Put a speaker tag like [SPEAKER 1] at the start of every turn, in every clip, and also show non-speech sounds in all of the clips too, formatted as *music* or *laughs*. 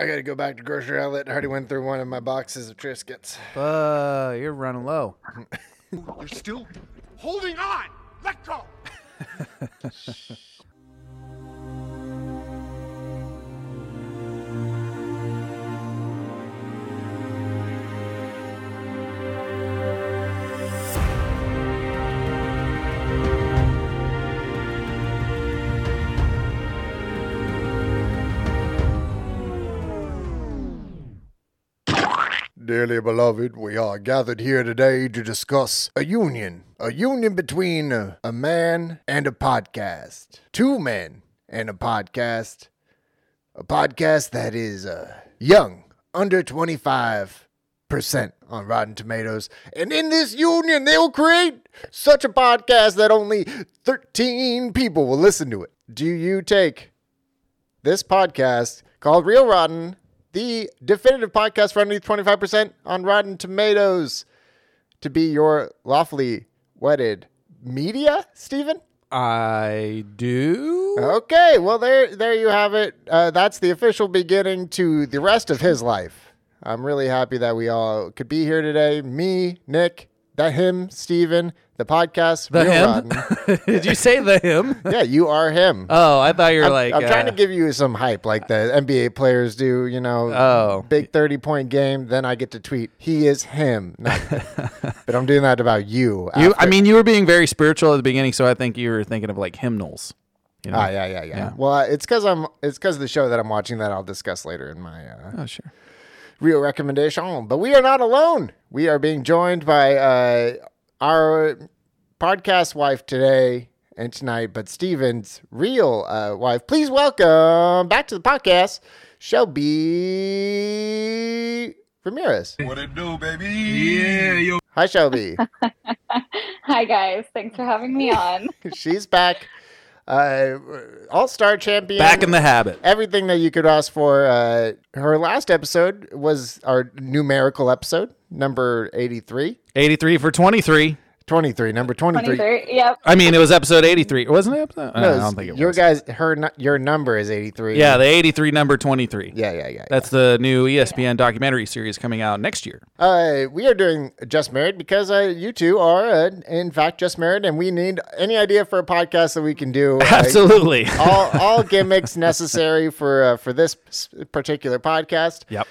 [SPEAKER 1] I got to go back to grocery outlet. I already went through one of my boxes of Triscuits.
[SPEAKER 2] Uh, you're running low.
[SPEAKER 3] You're still holding on. Let go.
[SPEAKER 1] Dearly beloved, we are gathered here today to discuss a union. A union between uh, a man and a podcast. Two men and a podcast. A podcast that is uh, young, under 25% on Rotten Tomatoes. And in this union, they will create such a podcast that only 13 people will listen to it. Do you take this podcast called Real Rotten, the definitive podcast for underneath 25% on Rotten Tomatoes, to be your lawfully wedded media, Stephen?
[SPEAKER 2] I do.
[SPEAKER 1] Okay, well there, there you have it. Uh, that's the official beginning to the rest of his life. I'm really happy that we all could be here today. Me, Nick, that him, Steven, the podcast,
[SPEAKER 2] the
[SPEAKER 1] Real Rotten.
[SPEAKER 2] him? *laughs* Did you say the him?
[SPEAKER 1] yeah, you are him.
[SPEAKER 2] *laughs* Oh, I thought you were
[SPEAKER 1] I'm,
[SPEAKER 2] like.
[SPEAKER 1] I'm trying
[SPEAKER 2] uh,
[SPEAKER 1] to give you some hype like the NBA players do, you know.
[SPEAKER 2] Oh.
[SPEAKER 1] Big 30 point game, then I get to tweet, he is him.
[SPEAKER 2] *laughs*
[SPEAKER 1] Not- but I'm doing that about you.
[SPEAKER 2] You,
[SPEAKER 1] after-
[SPEAKER 2] I mean, you were being very spiritual at the beginning, so I think you were thinking of like hymnals. You know?
[SPEAKER 1] Ah, yeah, yeah, yeah, Well, it's because I'm it's because of the show that I'm watching that I'll discuss later in my uh,
[SPEAKER 2] Oh, sure.
[SPEAKER 1] real recommendation. But we are not alone. We are being joined by uh, our podcast wife today and tonight, but Steven's real uh, wife. Please welcome back to the podcast, Shelby Ramirez.
[SPEAKER 3] What it do, baby? Yeah, yo.
[SPEAKER 1] Hi, Shelby.
[SPEAKER 4] Hi guys, thanks for having me on.
[SPEAKER 1] She's back. Uh, All star champion.
[SPEAKER 2] Back in the habit.
[SPEAKER 1] everything that you could ask for. Uh, her last episode was our numerical episode, number 83.
[SPEAKER 2] 83 for 23.
[SPEAKER 1] 23, number 23.
[SPEAKER 4] 23. Yep.
[SPEAKER 2] I mean, it was episode 83. Wasn't it? Episode?
[SPEAKER 1] No,
[SPEAKER 2] I don't think it
[SPEAKER 1] your
[SPEAKER 2] was.
[SPEAKER 1] guys, her, nu- your number is 83.
[SPEAKER 2] yeah, the 83 number 23.
[SPEAKER 1] Yeah, yeah, yeah.
[SPEAKER 2] That's the new E ESPN documentary series coming out next year.
[SPEAKER 1] Uh, we are doing Just Married because uh, you two are, uh, in fact, just married, and we need any idea for a podcast that we can do. Uh,
[SPEAKER 2] Absolutely.
[SPEAKER 1] all, all gimmicks necessary for uh, for this s- particular podcast.
[SPEAKER 2] Yep.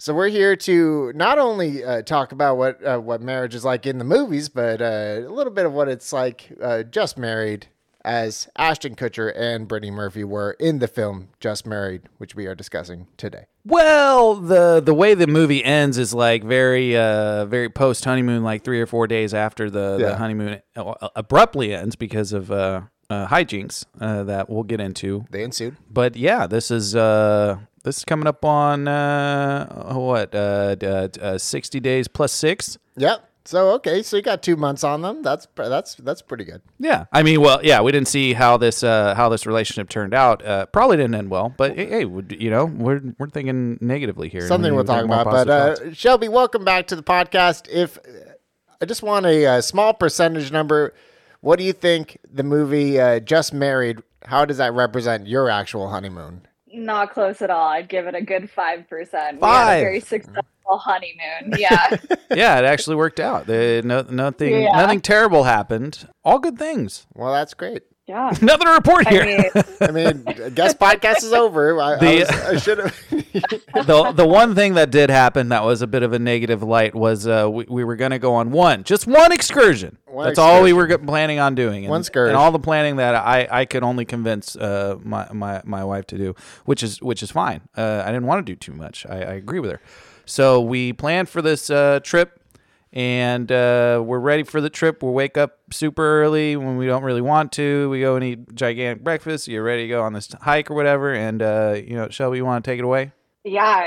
[SPEAKER 1] So we're here to not only uh, talk about what uh, what marriage is like in the movies, but uh, a little bit of what it's like uh, just married, as Ashton Kutcher and Brittany Murphy were in the film Just Married, which we are discussing today.
[SPEAKER 2] Well, the the way the movie ends is like very uh very post honeymoon, like three or four days after the,
[SPEAKER 1] Yeah.
[SPEAKER 2] the honeymoon uh, abruptly ends because of uh, uh hijinks uh, that we'll get into.
[SPEAKER 1] They ensued.
[SPEAKER 2] But yeah, this is uh this is coming up on uh what uh, d- uh, d- uh sixty days plus six.
[SPEAKER 1] Yep. So okay, so you got two months on them. That's pr- that's that's pretty good.
[SPEAKER 2] Yeah, I mean, well, yeah, we didn't see how this uh, how this relationship turned out. Uh, probably didn't end well, but hey, hey, would- you know, we're we're thinking negatively here.
[SPEAKER 1] Something
[SPEAKER 2] We
[SPEAKER 1] we'll
[SPEAKER 2] need
[SPEAKER 1] talk
[SPEAKER 2] to think more
[SPEAKER 1] about. But
[SPEAKER 2] positive thoughts.
[SPEAKER 1] uh, Shelby, welcome back to the podcast. If I just want a, uh small percentage number, what do you think the movie uh, Just Married? How does that represent your actual honeymoon?
[SPEAKER 4] Not close at all. I'd give it a good 5%. We had
[SPEAKER 2] Five.
[SPEAKER 4] a very successful honeymoon. Yeah.
[SPEAKER 2] yeah, it actually worked out. The, no, nothing
[SPEAKER 4] Yeah.
[SPEAKER 2] nothing terrible happened. All good things.
[SPEAKER 1] Well, that's great.
[SPEAKER 4] yeah.
[SPEAKER 2] Nothing to report
[SPEAKER 4] I
[SPEAKER 2] here.
[SPEAKER 4] mean,
[SPEAKER 1] I mean, *laughs* I guess podcast is over. I,
[SPEAKER 2] The-
[SPEAKER 1] should have.
[SPEAKER 2] the the one thing that did happen that was a bit of a negative light was uh, we, we were going to go on one, just one excursion.
[SPEAKER 1] One
[SPEAKER 2] That's all we were go- planning on doing. And,
[SPEAKER 1] One scourge.
[SPEAKER 2] And all the planning that I, I could only convince uh, my, my my wife to do, which is which is fine. Uh, I didn't want to do too much. I, I agree with her. So we planned for this uh, trip. And uh, we're ready for the trip. We wake up super early when we don't really want to. We go and eat gigantic breakfast. You're ready to go on this hike or whatever. And uh, you know, Shelby, you want to take it away?
[SPEAKER 4] yeah.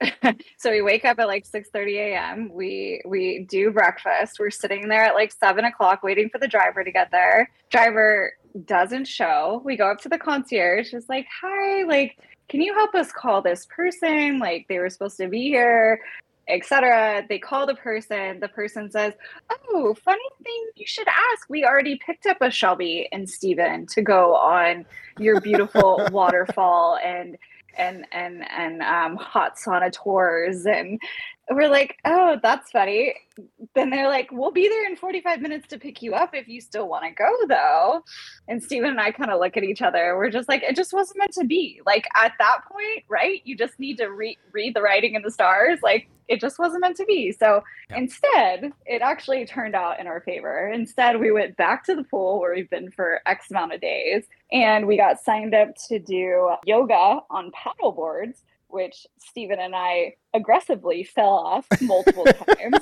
[SPEAKER 4] It, *laughs* so we wake up at like 6.30 a.m. We, we do breakfast. We're sitting there at like 7 o'clock waiting for the driver to get there. Driver doesn't show. We go up to the concierge. Just like, hi, like, can you help us call this person? Like, they were supposed to be here. etc. They call the person. The person says, "Oh, funny thing you should ask. We already picked up a Shelby and Steven to go on your beautiful waterfall and and and and um, hot sauna tours and we're like oh that's funny then they're like we'll be there in 45 minutes to pick you up if you still want to go though and steven and i kind of look at each other we're just like it just wasn't meant to be like at that point right you just need to re- read the writing in the stars like it just wasn't meant to be so
[SPEAKER 2] Yeah.
[SPEAKER 4] instead it actually turned out in our favor instead we went back to the pool where we've been for x amount of days and we got signed up to do yoga on paddle boards which Steven and I aggressively fell off multiple times.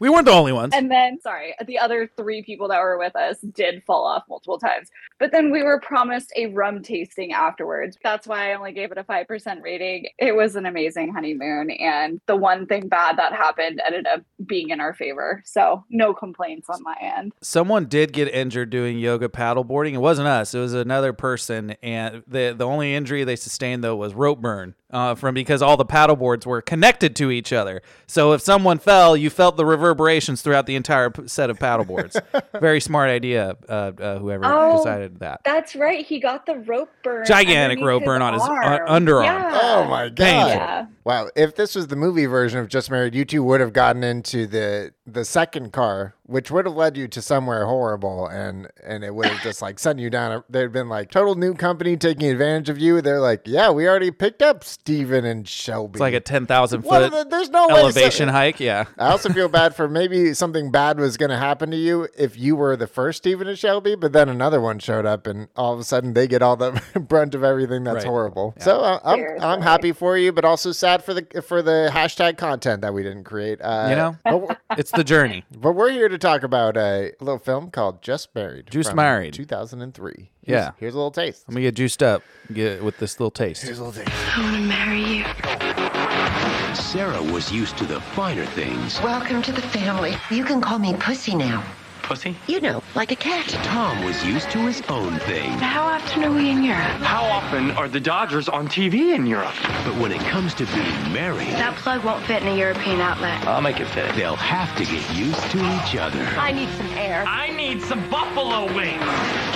[SPEAKER 2] We weren't the only ones.
[SPEAKER 4] And then, sorry, the other three people that were with us did fall off multiple times. But then we were promised a rum tasting afterwards. That's why I only gave it a 5% rating. It was an amazing honeymoon. And the one thing bad that happened ended up being in our favor. So no complaints on my end.
[SPEAKER 2] Someone did get injured doing yoga paddleboarding. It wasn't us. It was another person, and the the only injury they sustained though was rope burn uh, from because all the paddleboards were connected to each other. So if someone fell, you felt the reverberations throughout the entire p- set of *laughs* paddleboards. Very smart idea, uh, uh, whoever
[SPEAKER 4] Oh,
[SPEAKER 2] decided that.
[SPEAKER 4] That's right. He got the rope burn.
[SPEAKER 2] Gigantic underneath rope his burn on his u- arm. underarm. Yeah.
[SPEAKER 1] Oh my god!
[SPEAKER 2] Painful.
[SPEAKER 4] Yeah.
[SPEAKER 1] Wow, if this was the movie version of Just Married, you two would have gotten into the the second car, which would have led you to somewhere horrible, and and it would have just like sent you down. a- They'd been like total new company taking advantage of you. They're like, yeah, we already picked up Steven and Shelby.
[SPEAKER 2] It's like a ten thousand
[SPEAKER 1] What are
[SPEAKER 2] foot
[SPEAKER 1] the- there's no way
[SPEAKER 2] elevation
[SPEAKER 1] so-
[SPEAKER 2] hike. Yeah.
[SPEAKER 1] I also feel bad for maybe something bad was going to happen to you if you were the first Steven and Shelby, but then another one showed up, and all of a sudden they get all the *laughs* brunt of everything. That's
[SPEAKER 2] Right.
[SPEAKER 1] horrible. So uh, I'm I'm
[SPEAKER 4] Seriously.
[SPEAKER 1] happy for you, but also sad for the for the hashtag content that we didn't create. Uh,
[SPEAKER 2] You know?
[SPEAKER 1] but we're,
[SPEAKER 2] It's the
[SPEAKER 4] *laughs*
[SPEAKER 2] journey.
[SPEAKER 1] but we're here to talk about a little film called Just Married.
[SPEAKER 2] Just
[SPEAKER 1] from
[SPEAKER 2] Married.
[SPEAKER 1] 2003. Here's,
[SPEAKER 2] Yeah.
[SPEAKER 1] here's a little taste.
[SPEAKER 2] Let me get juiced up get, with this little taste.
[SPEAKER 1] Here's a little taste.
[SPEAKER 5] I want to marry you.
[SPEAKER 6] Sarah was used to the finer things.
[SPEAKER 7] Welcome to the family. You can call me Pussy now.
[SPEAKER 6] Pussy?
[SPEAKER 7] You know, like a cat.
[SPEAKER 6] Tom was used to his own thing.
[SPEAKER 5] How often are we in Europe?
[SPEAKER 8] How often are the Dodgers on TV in Europe?
[SPEAKER 6] But when it comes to being married,
[SPEAKER 5] That plug won't fit in a European outlet.
[SPEAKER 8] I'll make it fit.
[SPEAKER 6] they'll have to get used to each other.
[SPEAKER 7] I need some air.
[SPEAKER 8] I need some buffalo wings.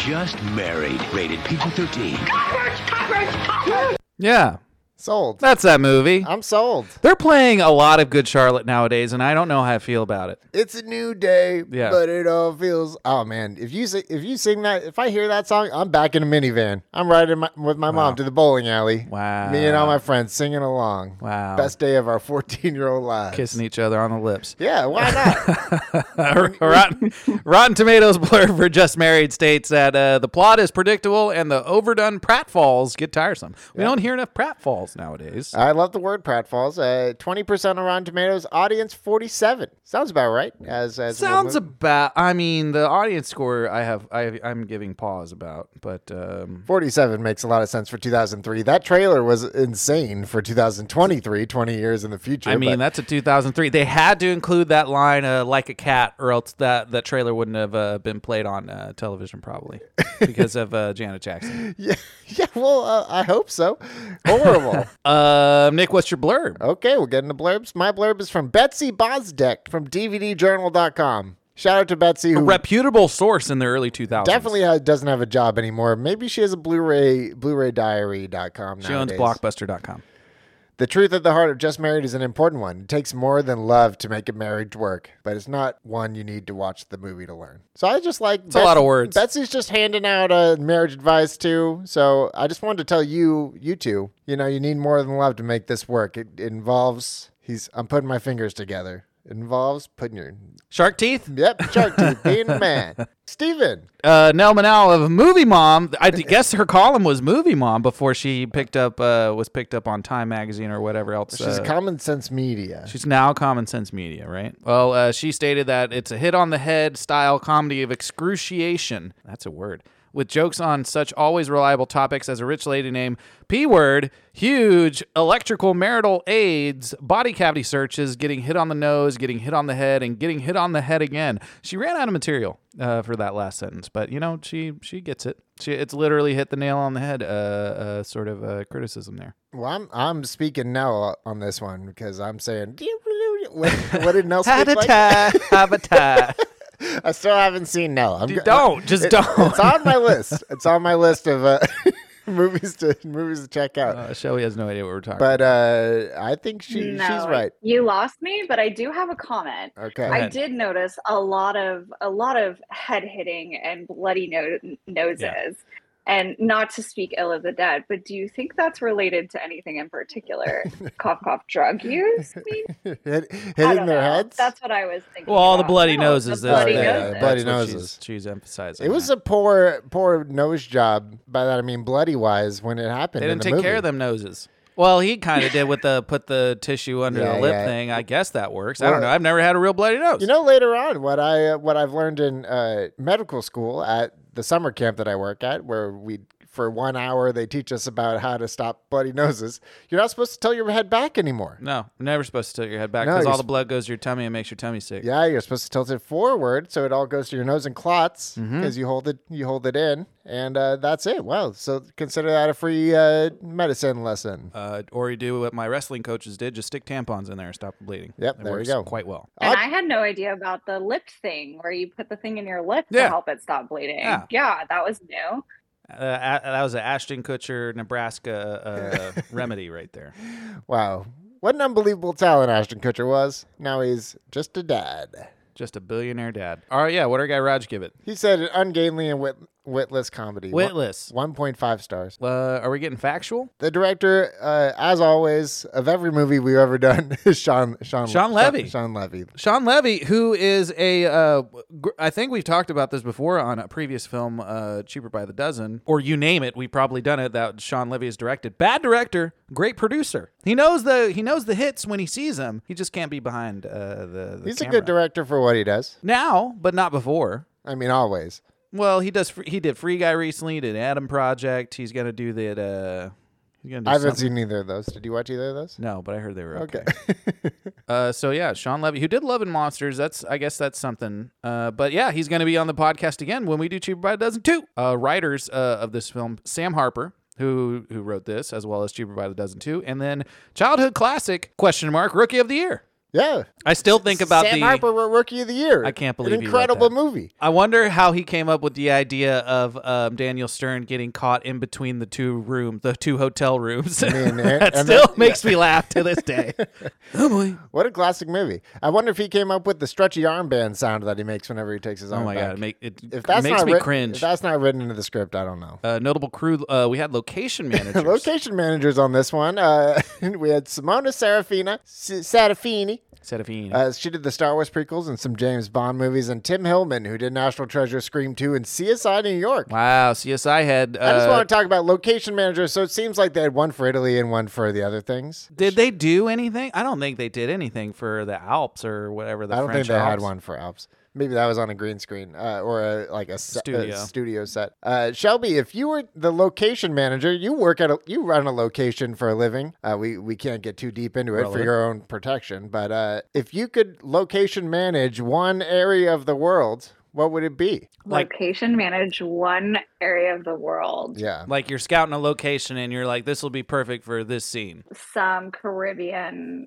[SPEAKER 6] Just married. Rated PG 13.
[SPEAKER 2] Yeah.
[SPEAKER 1] Sold.
[SPEAKER 2] That's that movie.
[SPEAKER 1] I'm sold.
[SPEAKER 2] They're playing a lot of Good Charlotte nowadays, and I don't know how I feel about it.
[SPEAKER 1] It's a new day,
[SPEAKER 2] Yeah.
[SPEAKER 1] but it all feels. Oh man, if you si- if you sing that, if I hear that song, I'm back in a minivan. I'm riding my, with my mom to the bowling alley.
[SPEAKER 2] Wow.
[SPEAKER 1] Me and all my friends singing along.
[SPEAKER 2] Wow.
[SPEAKER 1] Best day of our 14 year old lives.
[SPEAKER 2] Kissing each other on the *laughs* lips.
[SPEAKER 1] Yeah, why not?
[SPEAKER 2] *laughs* Uh, Rotten, Rotten Tomatoes *laughs* blurb for Just Married states that uh, the plot is predictable and the overdone pratfalls get tiresome. We don't hear enough pratfalls nowadays.
[SPEAKER 1] I love the word pratfalls. Uh, 20% on Rotten Tomatoes, audience 47. Sounds about right. As, as we'll
[SPEAKER 2] Sounds
[SPEAKER 1] move-
[SPEAKER 2] about. I mean, the audience score I have, I, I'm giving pause about, but um,
[SPEAKER 1] 47 makes a lot of sense for 2003. That trailer was insane for 2023, 20 years in the future.
[SPEAKER 2] I mean
[SPEAKER 1] but-
[SPEAKER 2] that's a 2003. They had to include that line uh, like a cat, or else that that trailer wouldn't have uh, been played on uh, television *laughs* probably because of uh, Janet Jackson.
[SPEAKER 1] yeah, *laughs* yeah, well, uh, I hope so.
[SPEAKER 2] *laughs*
[SPEAKER 1] Horrible.
[SPEAKER 2] Uh, Nick, what's your blurb?
[SPEAKER 1] Okay, we'll get into blurbs. My blurb is from Betsy Bosdeck from DVDJournal.com. Shout out to Betsy, who
[SPEAKER 2] reputable source in the early 2000s.
[SPEAKER 1] definitely ha- doesn't have a job anymore. Maybe she has a Blu-ray, BluRayDiary.com
[SPEAKER 2] She owns
[SPEAKER 1] nowadays.
[SPEAKER 2] Blockbuster.com.
[SPEAKER 1] The truth at the heart of Just Married is an important one. It takes more than love to make a marriage work, but it's not one you need to watch the movie to learn. So I just like
[SPEAKER 2] It's a lot of words.
[SPEAKER 1] Betsy's just handing out uh, marriage advice too. So I just wanted to tell you, you two, you know, you need more than love to make this work. It, it involves. He's. I'm putting my fingers together. It involves putting your.
[SPEAKER 2] Shark Teeth?
[SPEAKER 1] Yep, shark
[SPEAKER 2] *laughs*
[SPEAKER 1] teeth, being a man. Steven.
[SPEAKER 2] Uh, Nell Manal of Movie Mom.
[SPEAKER 1] *laughs*
[SPEAKER 2] I d- guess her column was Movie Mom before she picked up uh, was picked up on Time Magazine or whatever else.
[SPEAKER 1] She's
[SPEAKER 2] uh,
[SPEAKER 1] common sense media.
[SPEAKER 2] She's now Common Sense Media, right? Well, uh, she stated that it's a hit on the head style comedy of excruciation. That's a word. With jokes on such always reliable topics as a rich lady name, P word, huge, electrical marital aids, body cavity searches, getting hit on the nose, getting hit on the head, and getting hit on the head again. She ran out of material uh, for that last sentence, but you know she she gets it. She, it's literally hit the nail on the head. Uh, uh, sort of uh, criticism there.
[SPEAKER 1] Well, I'm I'm speaking now on this one because I'm saying what, what did Nell speak like?
[SPEAKER 2] Habitat, *laughs* habitat.
[SPEAKER 1] I still haven't seen Nell. I'm
[SPEAKER 2] Dude,
[SPEAKER 1] go-
[SPEAKER 2] don't.
[SPEAKER 1] *laughs*
[SPEAKER 2] Just
[SPEAKER 1] It-
[SPEAKER 2] don't.
[SPEAKER 1] It's on my list. It's on my list of uh, *laughs* movies to movies to check out.
[SPEAKER 2] Uh, Shelly has no idea what we're talking
[SPEAKER 1] but uh, I think she
[SPEAKER 4] no,
[SPEAKER 1] she's right.
[SPEAKER 4] You lost me, but I do have a comment.
[SPEAKER 1] Okay.
[SPEAKER 2] Go
[SPEAKER 4] I
[SPEAKER 2] ahead.
[SPEAKER 4] did notice a lot of a lot of head hitting and bloody no- noses. And not to speak ill of the dead, but do you think that's related to anything
[SPEAKER 1] *laughs*
[SPEAKER 4] in particular? cough, cough, drug use? maybe?
[SPEAKER 1] *laughs* Hit- Hitting
[SPEAKER 4] I
[SPEAKER 1] their
[SPEAKER 4] don't know.
[SPEAKER 1] heads.
[SPEAKER 4] That's what I was thinking.
[SPEAKER 2] Well, all the
[SPEAKER 4] about.
[SPEAKER 2] bloody
[SPEAKER 4] No,
[SPEAKER 2] noses. uh,
[SPEAKER 4] The
[SPEAKER 2] that's-
[SPEAKER 4] bloody
[SPEAKER 1] Oh, yeah,
[SPEAKER 4] noses.
[SPEAKER 1] yeah, bloody
[SPEAKER 2] that's what
[SPEAKER 1] noses.
[SPEAKER 2] She's, she's emphasizing.
[SPEAKER 1] it was
[SPEAKER 2] that.
[SPEAKER 1] a poor poor nose job. By that I mean bloody wise when it happened.
[SPEAKER 2] they
[SPEAKER 1] in
[SPEAKER 2] didn't
[SPEAKER 1] the
[SPEAKER 2] take care
[SPEAKER 1] movie.
[SPEAKER 2] of them noses. Well, he kind of did with the put the tissue under
[SPEAKER 1] Yeah,
[SPEAKER 2] the lip
[SPEAKER 1] yeah.
[SPEAKER 2] thing. I guess that works. I
[SPEAKER 1] Well,
[SPEAKER 2] don't know. I've never had a real bloody nose.
[SPEAKER 1] You know, later on, what I uh, what I've learned in uh, medical school at the summer camp that I work at, where we for one hour they teach us about how to stop bloody noses. You're not supposed to tilt your head back anymore.
[SPEAKER 2] no, you're never supposed to tilt your head back
[SPEAKER 1] No,
[SPEAKER 2] because
[SPEAKER 1] you're
[SPEAKER 2] all
[SPEAKER 1] s-
[SPEAKER 2] the blood goes to your tummy and makes your tummy sick.
[SPEAKER 1] Yeah, you're supposed to tilt it forward so it all goes to your nose and clots
[SPEAKER 2] Mm-hmm.
[SPEAKER 1] because you hold it you hold it in, and uh, that's it. Well, so consider that a free uh, medicine lesson.
[SPEAKER 2] Uh, or you do what my wrestling coaches did: just stick tampons in there and stop the bleeding.
[SPEAKER 1] Yep,
[SPEAKER 2] It
[SPEAKER 1] there you
[SPEAKER 2] works
[SPEAKER 1] go.
[SPEAKER 2] Quite well.
[SPEAKER 4] And I had no idea about the lip thing where you put the thing in your lip
[SPEAKER 2] Yeah.
[SPEAKER 4] to help it stop bleading.
[SPEAKER 2] Yeah.
[SPEAKER 4] that was new.
[SPEAKER 2] Uh, a- that was an Ashton Kutcher Nebraska
[SPEAKER 1] *laughs*
[SPEAKER 2] uh, remedy right there.
[SPEAKER 1] Wow, what an unbelievable talent Ashton Kutcher was. Now he's just a dad.
[SPEAKER 2] Just a billionaire dad. All right, yeah. What our guy Raj give it?
[SPEAKER 1] He said an ungainly and wit- witless comedy. One-
[SPEAKER 2] Witless.
[SPEAKER 1] 1.5 stars.
[SPEAKER 2] Uh, are we getting factual?
[SPEAKER 1] The director, uh, as always, of every movie we've ever done *laughs* is Sean Sean,
[SPEAKER 2] Sean Levy.
[SPEAKER 1] Sean, Levy.
[SPEAKER 2] Sean Levy, who is a, uh, gr- I think we've talked about this before on a previous film, uh, Cheaper by the Dozen, or you name it, we've probably done it. That Sean Levy has directed. Bad director, great producer. He knows the he knows the hits when he sees them. He just can't be behind uh, the. the
[SPEAKER 1] He's a
[SPEAKER 2] camera.
[SPEAKER 1] good director for what he does.
[SPEAKER 2] now, but not before.
[SPEAKER 1] I mean, always.
[SPEAKER 2] Well, he does. fr- He did Free Guy recently. He did Adam Project. He's gonna do that. Uh, he's gonna do
[SPEAKER 1] I haven't
[SPEAKER 2] something-
[SPEAKER 1] seen either of those. Did you watch either of those?
[SPEAKER 2] No, but I heard they were okay.
[SPEAKER 1] Okay.
[SPEAKER 2] Uh, so yeah, Sean Levy, who did Love and Monsters, that's I guess that's something. Uh, but yeah, he's going to be on the podcast again when we do Cheaper by the Dozen Two. Uh, writers uh, of this film, Sam Harper, who who wrote this, as well as Cheaper by the Dozen Two, and then childhood classic question mark Rookie of the Year.
[SPEAKER 1] yeah.
[SPEAKER 2] I still think about
[SPEAKER 1] Sam
[SPEAKER 2] the.
[SPEAKER 1] Harper wrote Rookie of the Year.
[SPEAKER 2] I can't
[SPEAKER 1] An
[SPEAKER 2] believe you wrote
[SPEAKER 1] incredible
[SPEAKER 2] that.
[SPEAKER 1] movie.
[SPEAKER 2] I wonder how he came up with the idea of um, Daniel Stern getting caught in between the two room, the two hotel rooms.
[SPEAKER 1] mean, and-
[SPEAKER 2] *laughs* that
[SPEAKER 1] and
[SPEAKER 2] still
[SPEAKER 1] that-
[SPEAKER 2] makes
[SPEAKER 1] *laughs*
[SPEAKER 2] me laugh to this day. oh boy!
[SPEAKER 1] What a classic movie. I wonder if he came up with the stretchy armband sound that he makes whenever he takes his arm
[SPEAKER 2] Oh my
[SPEAKER 1] back.
[SPEAKER 2] god! It, make, it
[SPEAKER 1] if that's
[SPEAKER 2] makes
[SPEAKER 1] not
[SPEAKER 2] me
[SPEAKER 1] writ-
[SPEAKER 2] cringe.
[SPEAKER 1] If that's not written into the script, I don't know.
[SPEAKER 2] uh, notable crew. Uh, we had
[SPEAKER 1] *laughs*
[SPEAKER 2] location managers.
[SPEAKER 1] Location managers on this one. Uh, *laughs* we had Simona Serafina, S- Sadafini.
[SPEAKER 2] Serafini.
[SPEAKER 1] Uh, she did the Star Wars prequels and some James Bond movies, and Tim Hillman, who did National Treasure, Scream 2, and CSI New York.
[SPEAKER 2] wow, CSI had. Uh,
[SPEAKER 1] I just want to talk about location managers. So it seems like they had one for Italy and one for the other things.
[SPEAKER 2] did they do anything? I don't think they did anything for the Alps or whatever the
[SPEAKER 1] I don't
[SPEAKER 2] French
[SPEAKER 1] think they had
[SPEAKER 2] Alps.
[SPEAKER 1] one for Alps. Maybe that was on a green screen uh, or a, like a, se- a
[SPEAKER 2] Studio.
[SPEAKER 1] studio set. Uh, Shelby, if you were the location manager, you work at a, you run a location for a living. Uh, we we can't get too deep into it for
[SPEAKER 2] Relevant.
[SPEAKER 1] your own protection, but uh, if you could location manage one area of the world, what would it be?
[SPEAKER 2] Like-
[SPEAKER 4] Location manage one area of the world.
[SPEAKER 1] Yeah,
[SPEAKER 2] Like you're scouting a location and you're like, this will be perfect for
[SPEAKER 1] *laughs*
[SPEAKER 2] this scene.
[SPEAKER 4] Some Caribbean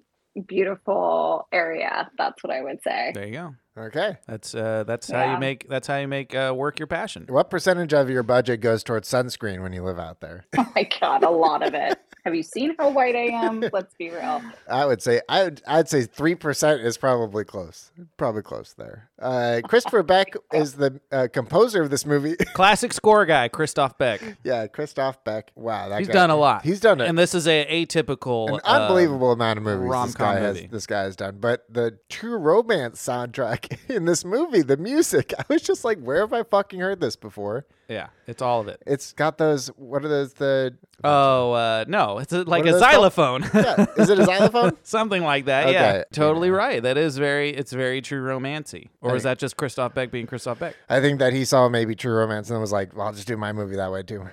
[SPEAKER 4] beautiful area. That's what I would say.
[SPEAKER 2] There you go.
[SPEAKER 1] okay.
[SPEAKER 2] That's uh, that's how
[SPEAKER 4] Yeah.
[SPEAKER 2] you make that's how you make uh, work your passion.
[SPEAKER 1] What percentage of your budget goes towards sunscreen when you live out there?
[SPEAKER 4] *laughs* Oh my god, a lot
[SPEAKER 2] *laughs*
[SPEAKER 4] of it. Have you seen how white I am? Let's be real.
[SPEAKER 1] I would say I would, I'd say three percent is probably close, probably close there. Uh, Christopher Beck is the uh, composer of this movie. *laughs*
[SPEAKER 2] Classic score guy, Christoph Beck.
[SPEAKER 1] yeah, Christoph Beck. Wow, that
[SPEAKER 2] He's
[SPEAKER 1] guy-
[SPEAKER 2] done a lot.
[SPEAKER 1] He's done a,
[SPEAKER 2] and this is a atypical,
[SPEAKER 1] an
[SPEAKER 2] uh,
[SPEAKER 1] unbelievable amount of movies. This
[SPEAKER 2] rom-com
[SPEAKER 1] guy
[SPEAKER 2] movie.
[SPEAKER 1] has this guy has done, but the True Romance soundtrack *laughs* in this movie, the music, *laughs* I was just like, where have I fucking heard this before?
[SPEAKER 2] yeah, it's all of it.
[SPEAKER 1] It's got those. What are those? The
[SPEAKER 2] Oh uh, no, it's a, like
[SPEAKER 1] are
[SPEAKER 2] a
[SPEAKER 1] those called?
[SPEAKER 2] xylophone. *laughs*
[SPEAKER 1] yeah, is it a xylophone?
[SPEAKER 2] Something like that.
[SPEAKER 1] Okay.
[SPEAKER 2] Yeah, totally right. That is very. It's very true romancy. Or is that just Christoph Beck being Christoph Beck? *laughs*
[SPEAKER 1] I think that he saw maybe True Romance and was like, well, I'll just do my movie that way too.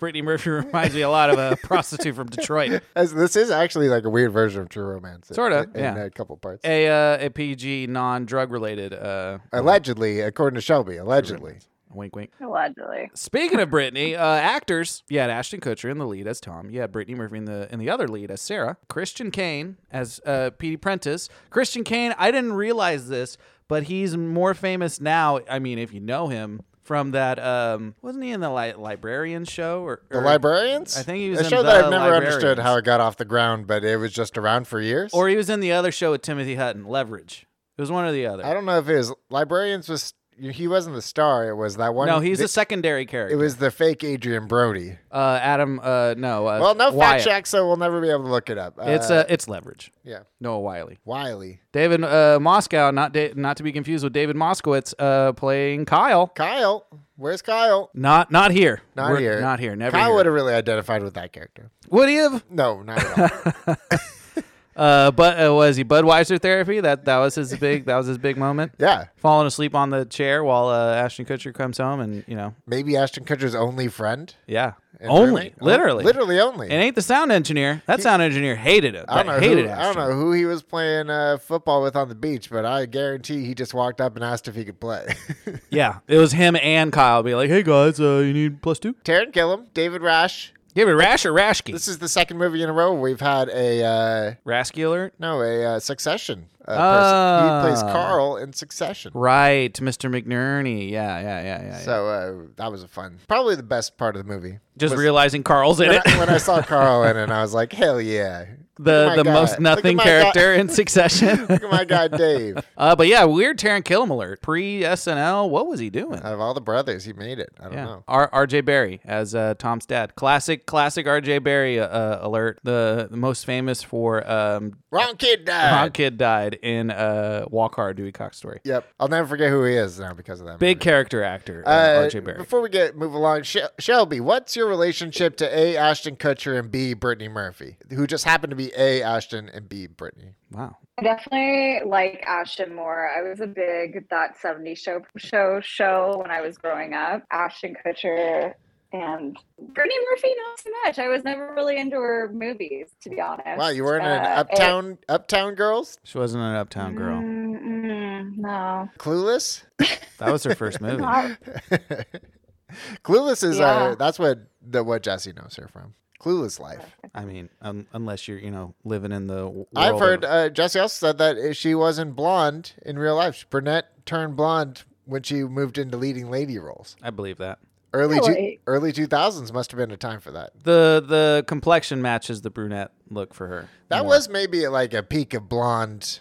[SPEAKER 2] Brittany Murphy *laughs* reminds me a lot of a prostitute from Detroit.
[SPEAKER 1] As this is actually like a weird version of True Romance,
[SPEAKER 2] Sorta,
[SPEAKER 1] in, in
[SPEAKER 2] yeah.
[SPEAKER 1] a couple parts.
[SPEAKER 2] A uh, a PG non drug related. Uh,
[SPEAKER 1] allegedly, according to Shelby, allegedly.
[SPEAKER 2] wink wink.
[SPEAKER 4] Allegedly.
[SPEAKER 2] Speaking of Brittany, uh, actors. You had Ashton Kutcher in the lead as Tom. You had Brittany Murphy in the in the other lead as Sarah. Christian Kane as uh, Petey Prentice. Christian Kane. I didn't realize this, but he's more famous now. I mean, if you know him from that. Um, wasn't he in the li- librarian show or,
[SPEAKER 1] The
[SPEAKER 2] or-
[SPEAKER 1] librarians.
[SPEAKER 2] I think he was
[SPEAKER 1] a
[SPEAKER 2] in
[SPEAKER 1] show that
[SPEAKER 2] The
[SPEAKER 1] I've never understood
[SPEAKER 2] Librarians.
[SPEAKER 1] how it got off the ground, but it was just around for years.
[SPEAKER 2] Or he was in the other show with Timothy Hutton, Leverage. It was one or the other.
[SPEAKER 1] I don't know if it was librarians was he wasn't the star. It was that one.
[SPEAKER 2] no, he's
[SPEAKER 1] the,
[SPEAKER 2] a secondary
[SPEAKER 1] It
[SPEAKER 2] character.
[SPEAKER 1] was the fake Adrian Brody.
[SPEAKER 2] uh, Adam. Uh, no. Uh,
[SPEAKER 1] Well, no fact
[SPEAKER 2] Wyatt.
[SPEAKER 1] check, so we'll never be able to look it up.
[SPEAKER 2] It's uh, it's Leverage.
[SPEAKER 1] yeah,
[SPEAKER 2] Noah Wiley,
[SPEAKER 1] Wiley,
[SPEAKER 2] David uh, Moscow, not da- not to be confused with David Moskowitz, uh, playing Kyle.
[SPEAKER 1] Kyle. Where's Kyle?
[SPEAKER 2] Not not here.
[SPEAKER 1] Not
[SPEAKER 2] We're-
[SPEAKER 1] here.
[SPEAKER 2] Not here. Never.
[SPEAKER 1] Kyle
[SPEAKER 2] here.
[SPEAKER 1] would have really identified with that character.
[SPEAKER 2] Would he have?
[SPEAKER 1] No, not at
[SPEAKER 2] *laughs*
[SPEAKER 1] all.
[SPEAKER 2] Uh, but uh, was he Budweiser therapy? That that was his big that was his big moment.
[SPEAKER 1] yeah,
[SPEAKER 2] Falling asleep on the chair while uh, Ashton Kutcher comes home, and you know,
[SPEAKER 1] maybe Ashton Kutcher's only friend.
[SPEAKER 2] yeah,
[SPEAKER 1] and
[SPEAKER 2] only
[SPEAKER 1] roommate.
[SPEAKER 2] literally,
[SPEAKER 1] literally only.
[SPEAKER 2] It ain't the sound engineer. That sound engineer hated it.
[SPEAKER 1] I don't know.
[SPEAKER 2] hated
[SPEAKER 1] Who, I
[SPEAKER 2] Ashton.
[SPEAKER 1] don't know who he was playing uh, football with on the beach, but I guarantee he just walked up and asked if he could play. *laughs*
[SPEAKER 2] Yeah, it was him and Kyle. Be like, hey guys, uh, you need plus two?
[SPEAKER 1] Taryn Gillum, David Rash.
[SPEAKER 2] Give it Rash or Rashke.
[SPEAKER 1] This is the second movie in a row we've had a uh,
[SPEAKER 2] Rashke alert.
[SPEAKER 1] no a uh, Succession. Uh, person. He
[SPEAKER 2] Ah.
[SPEAKER 1] plays Carl in Succession.
[SPEAKER 2] Right, Mr. McNerney. Yeah, yeah, yeah, yeah. yeah.
[SPEAKER 1] So uh, that was a fun, probably the best part of the movie.
[SPEAKER 2] Just
[SPEAKER 1] was-
[SPEAKER 2] realizing Carl's in
[SPEAKER 1] when
[SPEAKER 2] it. *laughs*
[SPEAKER 1] I, when I saw Carl in it, I was like, hell yeah.
[SPEAKER 2] the
[SPEAKER 1] Look at my
[SPEAKER 2] the
[SPEAKER 1] guy. Look
[SPEAKER 2] most
[SPEAKER 1] at
[SPEAKER 2] nothing
[SPEAKER 1] my *laughs*
[SPEAKER 2] character
[SPEAKER 1] guy.
[SPEAKER 2] in Succession.
[SPEAKER 1] Look at my guy
[SPEAKER 2] *laughs*
[SPEAKER 1] Dave.
[SPEAKER 2] uh, but yeah, weird Taron Killam alert. Pre SNL, what was he doing?
[SPEAKER 1] Out of all the brothers, he made it. I don't
[SPEAKER 2] yeah,
[SPEAKER 1] know.
[SPEAKER 2] R- R.J. Barry as uh, Tom's dad. Classic, classic R.J. Barry uh, uh, alert. The, the most famous for um,
[SPEAKER 1] Wrong kid died.
[SPEAKER 2] Ron Kid died in uh, Walk Hard, Dewey Cox story.
[SPEAKER 1] Yep, I'll never forget who he is now because of that.
[SPEAKER 2] Big
[SPEAKER 1] movie.
[SPEAKER 2] character actor, uh,
[SPEAKER 1] Uh,
[SPEAKER 2] R.J. Barry.
[SPEAKER 1] Before we get move along, Sh- Shelby, what's your relationship to A. Ashton Kutcher and B. Brittany Murphy, who just happened to be A. Ashton and B. Brittany?
[SPEAKER 2] wow.
[SPEAKER 4] I definitely like Ashton more. I was a big that 70 show show show when I was growing up. Ashton Kutcher and Brittany Murphy, not so much. I was never really into her movies, to be honest.
[SPEAKER 1] Wow, you weren't an
[SPEAKER 4] Uh, it-
[SPEAKER 1] uptown uptown girls?
[SPEAKER 2] She wasn't an uptown girl.
[SPEAKER 4] Mm, mm, no.
[SPEAKER 1] Clueless. *laughs*
[SPEAKER 2] That was her first movie.
[SPEAKER 1] Clueless is uh,
[SPEAKER 4] Yeah.
[SPEAKER 1] that's what the what Jesse knows her from. Clueless life.
[SPEAKER 2] I mean, um, unless you're, you know, living in the w-
[SPEAKER 1] I've
[SPEAKER 2] world
[SPEAKER 1] heard
[SPEAKER 2] of-
[SPEAKER 1] uh, Jesse also said that if she wasn't blonde in real life, brunette turned blonde when she moved into leading lady roles.
[SPEAKER 2] I believe that
[SPEAKER 1] Early two,
[SPEAKER 4] Really?
[SPEAKER 1] early two thousands must have been a time for that.
[SPEAKER 2] the the complexion matches the brunette look for her.
[SPEAKER 1] That
[SPEAKER 2] more.
[SPEAKER 1] was maybe like a peak of blonde,